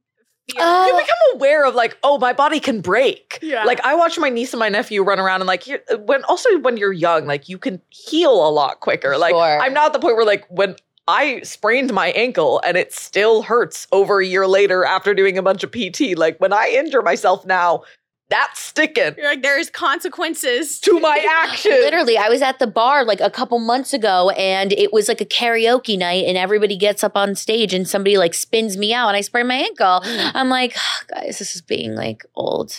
S4: fear.
S3: Uh, Oh,
S2: You become aware of like, oh, my body can break.
S4: Yeah.
S2: Like I watch my niece and my nephew run around and like here- when also when you're young, like you can heal a lot quicker. Like
S3: Sure.
S2: I'm not at the point where like when I sprained my ankle and it still hurts over a year later after doing a bunch of PT. Like when I injure myself now, that's sticking
S4: You're like, there's consequences.
S2: to my action.
S3: Literally, I was at the bar like a couple months ago and it was like a karaoke night and everybody gets up on stage and somebody like spins me out and I sprain my ankle. I'm like, "Oh, guys, this is being like old.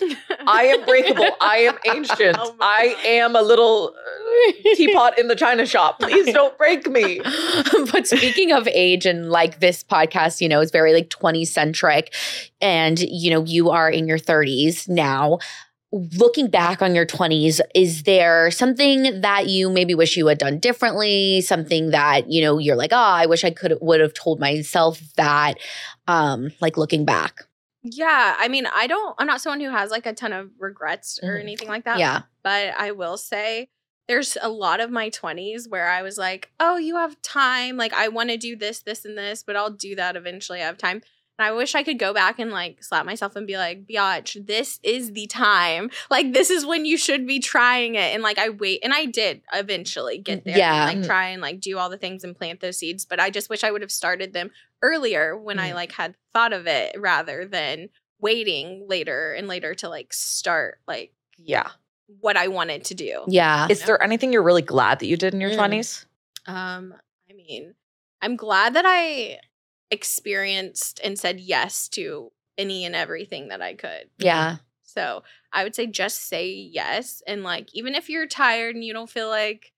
S2: I am breakable. I am ancient.
S4: Oh my
S2: I
S4: God.
S2: am a little uh, teapot in the china shop. Please don't break me.
S3: but speaking of age and like this podcast, you know, is very like 20 centric and you know, you are in your 30s now. Looking back on your 20s, is there something that you maybe wish you had done differently? Something that, you know, you're like, "Oh, I wish I could would have told myself that." Um, like looking back.
S4: Yeah. I mean, I don't, I'm not someone who has like a ton of regrets or
S2: Mhm.
S4: anything like that.
S3: yeah.
S4: But I will say there's a lot of my 20s where I was like, oh, you have time. Like, I want to do this, this, and this, but I'll do that eventually. I have time. And I wish I could go back and like slap myself and be like, Biatch, this is the time. Like, this is when you should be trying it. And like, I wait, and I did eventually get there.
S3: Yeah. mm.
S4: And, like, try and like do all the things and plant those seeds. But I just wish I would have started them earlier when I
S3: Mm.
S4: like had thought of it rather than waiting later and later to like start like
S2: Yeah.
S4: what I wanted to do.
S3: Yeah.
S2: Is there anything you're really glad that you did in your
S3: Mm.
S2: 20s?
S4: Um, I mean, I'm glad that I experienced and said yes to any and everything that I could.
S3: Yeah.
S4: So I would say just say yes. And like, even if you're tired and you don't feel like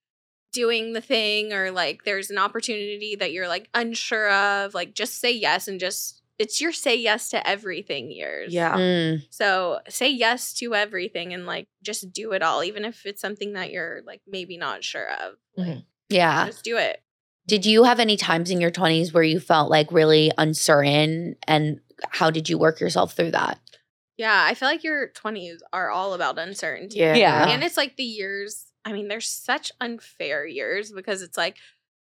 S4: doing the thing or like there's an opportunity that you're like unsure of, like just say yes and just, it's your say yes to everything years.
S2: Yeah.
S3: Mm.
S4: So say yes to everything and like just do it all, even if it's something that you're like maybe not sure of. Like,
S3: Yeah.
S4: Just do it.
S3: Did you have any times in your 20s where you felt like really uncertain and how did you work yourself through that?
S4: Yeah, I feel like your 20s are all about uncertainty.
S3: Yeah.
S4: And it's like the years, I mean, they're such unfair years because it's like,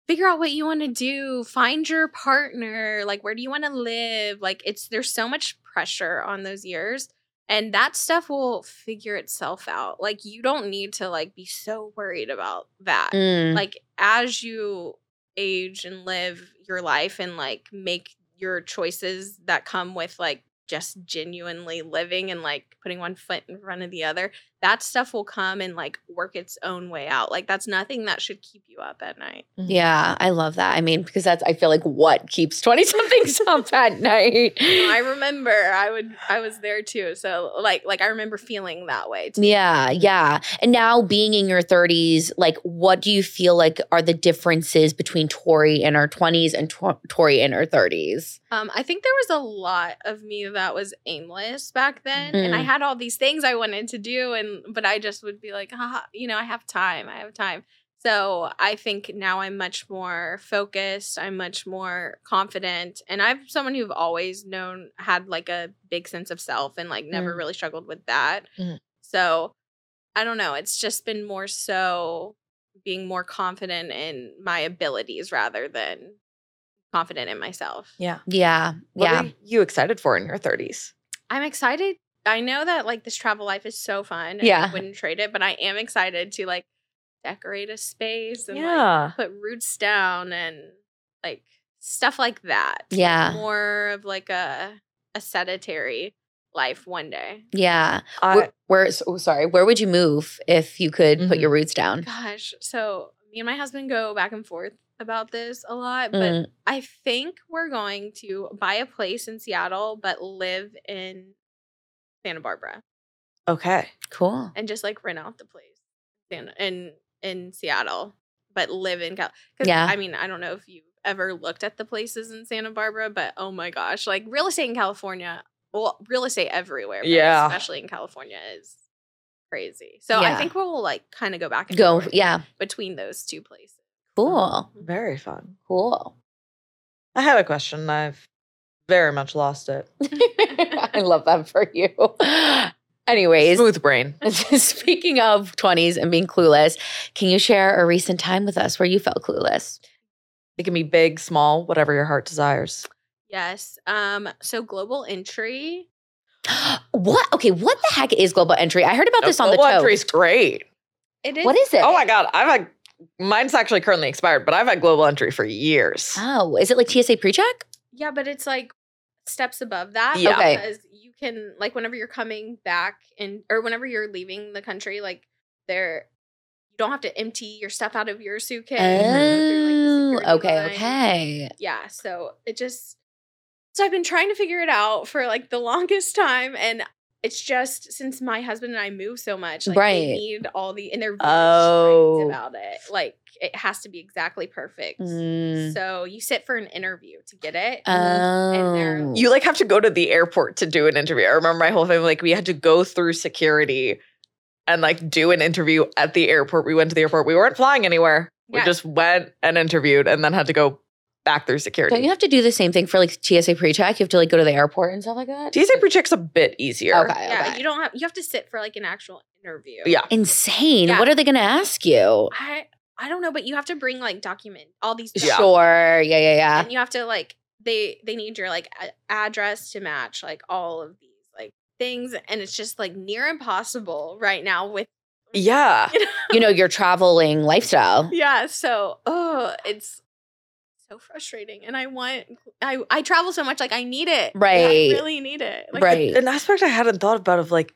S4: figure out what you want to do, find your partner, like, where do you want to live? Like, it's there's so much pressure on those years. And that stuff will figure itself out. Like, you don't need to like be so worried about that.
S3: Mm.
S4: like as you age and live your life and like make your choices that come with like just genuinely living and like putting one foot in front of the other, that stuff will come and like work its own way out. Like that's nothing that should keep you up at night.
S3: Yeah, I love that. I mean, because that's I feel like what keeps 20 somethings up at night.
S4: I remember I would I was there too. So like like I remember feeling that way too.
S3: Yeah, yeah. And now being in your 30s, like what do you feel like are the differences between Tori in her 20s and Tor- Tori in her 30s?
S4: Um, I think there was a lot of me that was aimless back then, and I
S3: Mm.
S4: had all these things I wanted to do, and but I just would be like, Haha, you know, I have time, I have time. So I think now I'm much more focused. I'm much more confident, and I'm someone who've always known had like a big sense of self, and like never
S3: Mm.
S4: really struggled with that.
S2: Mhm.
S4: So I don't know. It's just been more so being more confident in my abilities rather than confident in myself.
S2: Yeah.
S3: Yeah,
S2: What
S3: yeah.
S2: are you excited for in your 30s?
S4: I'm excited. I know that like this travel life is so fun. and
S3: Yeah.
S4: I wouldn't trade it, but I am excited to like decorate a space and like
S2: Yeah.
S4: put roots down and like stuff like that. Like,
S3: Yeah.
S4: more of like a a sedentary life one day.
S3: yeah.
S2: I,
S3: Where, where so, oh, sorry, where would you move if you could put
S2: Mhm.
S3: your roots down?
S4: Gosh. So me and my husband go back and forth about this a lot, but
S3: Mm,
S4: I think we're going to buy a place in Seattle but live in Santa Barbara.
S2: okay.
S3: cool.
S4: and just like rent out the place in in, in Seattle, but live in Cal. 'cause,
S3: Yeah.
S4: I mean, I don't know if you've ever looked at the places in Santa Barbara, but oh my gosh, like real estate in California, well, real estate everywhere, but
S2: Yeah.
S4: especially in California is crazy. So
S3: Yeah.
S4: I think we'll like kind of go back and
S3: Go.
S4: forth
S3: Yeah.
S4: between those two places.
S3: Cool.
S2: Very fun.
S3: Cool.
S2: I had a question. and I've very much lost it.
S3: I love that for you. Anyways,
S2: Smooth brain.
S3: Speaking of 20s and being clueless, can you share a recent time with us where you felt clueless?
S2: It can be big, small, whatever your heart desires.
S4: Yes. Um. So global entry.
S3: what? Okay, what the heck is global entry? I heard about this on the
S2: Global
S3: toe.
S2: entry's great.
S4: It
S3: What is it?
S2: Oh my god, I've had mine's actually currently expired, but I've had global entry for years.
S3: Oh, is it like TSA pre-check?
S4: Yeah, but it's like steps above that.
S2: Yeah.
S3: Okay.
S4: Because you can like whenever you're coming back and or whenever you're leaving the country, like there you don't have to empty your stuff out of your suitcase.
S3: Oh,
S4: through, like, the security
S3: okay,
S4: line.
S3: okay.
S4: Yeah. So it just so I've been trying to figure it out for like the longest time and it's just since my husband and I move so much, like
S3: Right.
S4: they need all the and they're very
S2: Oh.
S4: strict about it. Like it has to be exactly perfect.
S3: Mm.
S4: So you sit for an interview to get it. they're-
S3: Oh.
S2: You like have to go to the airport to do an interview. I remember my whole family like we had to go through security and like do an interview at the airport. We went to the airport. We weren't flying anywhere. We
S4: Yeah.
S2: just went and interviewed and then had to go back through security.
S3: Don't you have to do the same thing for like TSA pre-check? You have to like go to the airport and stuff like that?
S2: TSA pre-check's a bit easier.
S3: Okay,
S4: Yeah,
S3: okay.
S4: you don't have you have to sit for like an actual interview.
S2: Yeah.
S3: Insane.
S4: Yeah.
S3: What are they going to ask you?
S4: I I don't know, but you have to bring like document all these
S2: Yeah.
S4: doc-
S3: Sure. Yeah, yeah, yeah.
S4: and you have to like they they need your like a- address to match like all of these like things and it's just like near impossible right now with
S3: Ah.
S2: Yeah.
S3: You know, your traveling lifestyle.
S4: yeah, so oh, it's so frustrating and I want I I travel so much like I need it. I
S3: Right.
S4: really need it. Like,
S3: right.
S2: An aspect I hadn't thought about of like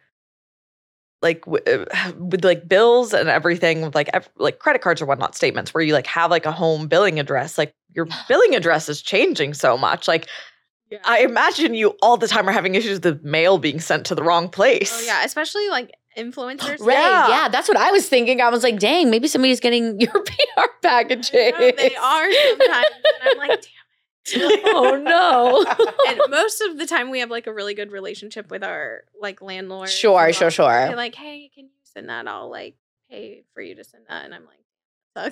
S2: like w- uh, with like bills and everything with like ev- like credit cards or whatnot statements where you like have like a home billing address like your billing address is changing so much like
S4: yeah.
S2: I imagine you all the time are having issues with mail being sent to the wrong place.
S4: oh yeah, especially like influencers.
S3: Right. Yeah.
S2: Yeah.
S3: that's what I was thinking. I was like, dang, maybe somebody's getting your PR packages.
S4: I know they are sometimes and I'm like
S3: oh no.
S4: and most of the time we have like a really good relationship with our like landlord.
S3: sure, sure,
S4: They're
S3: sure.
S4: like, hey, can you send that? I'll like pay for you to send that. And I'm like,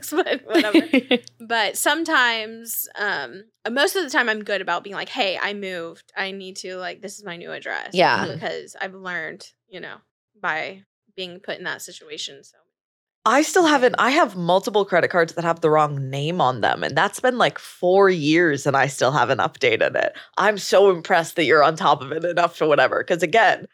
S4: sucks, but whatever. but sometimes, um, most of the time I'm good about being like, hey, I moved. I need to like this is my new address.
S3: Yeah.
S4: Because I've learned, you know, by being put in that situation. So
S2: I still haven't. I have multiple credit cards that have the wrong name on them, and that's been like four years, and I still haven't updated it. I'm so impressed that you're on top of it enough to whatever. Because again,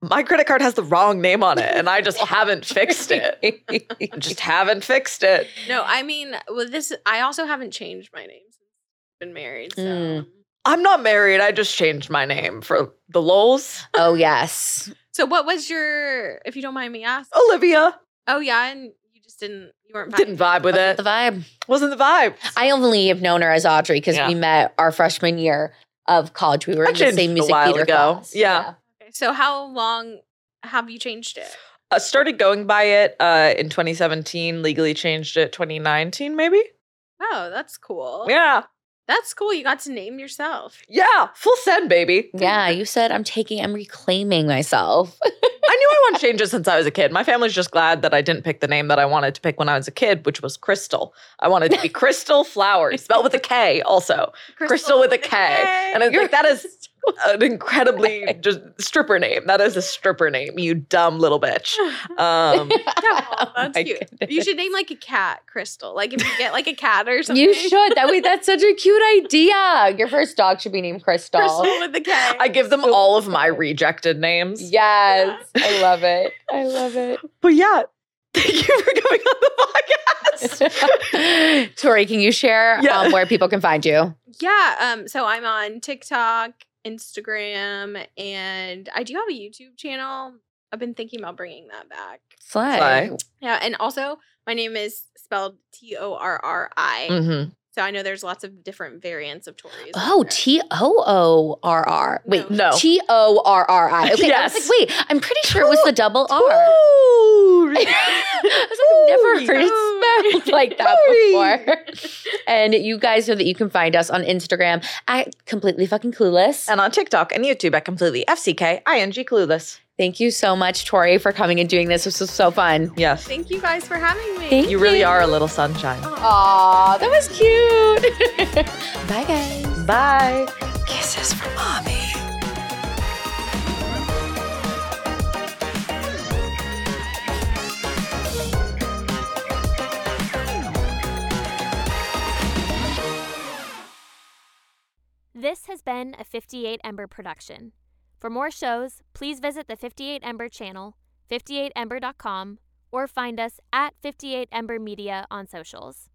S2: my credit card has the wrong name on it, and I just haven't fixed it. Just haven't fixed it.
S4: no, I mean, well, this I also haven't changed my name since I've been married. So
S3: Mm.
S2: I'm not married. I just changed my name for the lols.
S3: Oh yes.
S4: So what was your, if you don't mind me asking?
S2: Olivia
S4: Oh yeah, and you just didn't, you weren't.
S2: didn't
S4: vibing.
S2: vibe with
S3: Wasn't
S2: it.
S3: the vibe.
S2: Wasn't the vibe.
S3: I only have known her as Audrey because
S2: Yeah.
S3: we met our freshman year of college. We were
S2: I
S3: in the
S2: changed
S3: same
S2: a
S3: music
S2: while
S3: theater
S2: ago.
S3: class.
S2: Yeah.
S4: Okay, So how long have you changed it?
S2: I Uh, started going by it uh, in 2017. Legally changed it 2019, maybe.
S4: Oh, that's cool.
S2: Yeah,
S4: That's cool. You got to name yourself.
S2: yeah. Full send, baby.
S3: Yeah, you said I'm taking, I'm reclaiming myself.
S2: I knew I wanted to change it since I was a kid. My family's just glad that I didn't pick the name that I wanted to pick when I was a kid, which was Crystal. I wanted to be Crystal Flowers, spelled with a K also. Crystal with a K. And I was like, that is an incredibly just stripper name. That is a stripper name, you dumb little bitch. Um,
S4: Come on,
S3: Oh My
S4: that's cute.
S3: goodness.
S4: You should name like a cat, Crystal. Like if you get like a cat or something.
S3: You should. That way, that's such a cute idea. Your first dog should be named Crystal.
S4: Crystal with a K.
S2: I give them all of my rejected names.
S3: Yes, I love it. I love it.
S2: But yeah, thank you for coming on the podcast.
S3: Tori, can you share
S2: Yeah.
S3: um, where people can find you?
S4: yeah. Um. So I'm on TikTok, Instagram, and I do have a YouTube channel. I've been thinking about bringing that back.
S3: Slay.
S4: Yeah. And also, my name is spelled T O R R
S3: Mm.
S4: I.
S2: Mm-hmm.
S4: So I know there's lots of different variants of Tori's. out
S3: Oh,
S4: there.
S3: T O O R R. Wait,
S2: No.
S3: T O R R I. Okay, I
S2: Yes.
S3: was like, wait, I'm pretty sure it was the double R.
S2: Ooh.
S3: I was like, I've never heard it
S4: Tori.
S3: spelled like that
S2: Tori.
S3: before. And you guys know that you can find us on Instagram at completely fucking clueless.
S2: and on TikTok and YouTube at completely FCK ING clueless.
S3: Thank you so much, Tori, for coming and doing this. This was so fun.
S2: Yes.
S4: Thank you guys for having me.
S3: Thank
S2: you really are a little sunshine.
S3: Aw, that was cute. Bye, guys.
S2: Bye.
S3: Kisses for mommy.
S1: This has been a 58 Ember production. For more shows, please visit the 58 Ember channel, 58ember.com, or find us at 58 Ember Media on socials.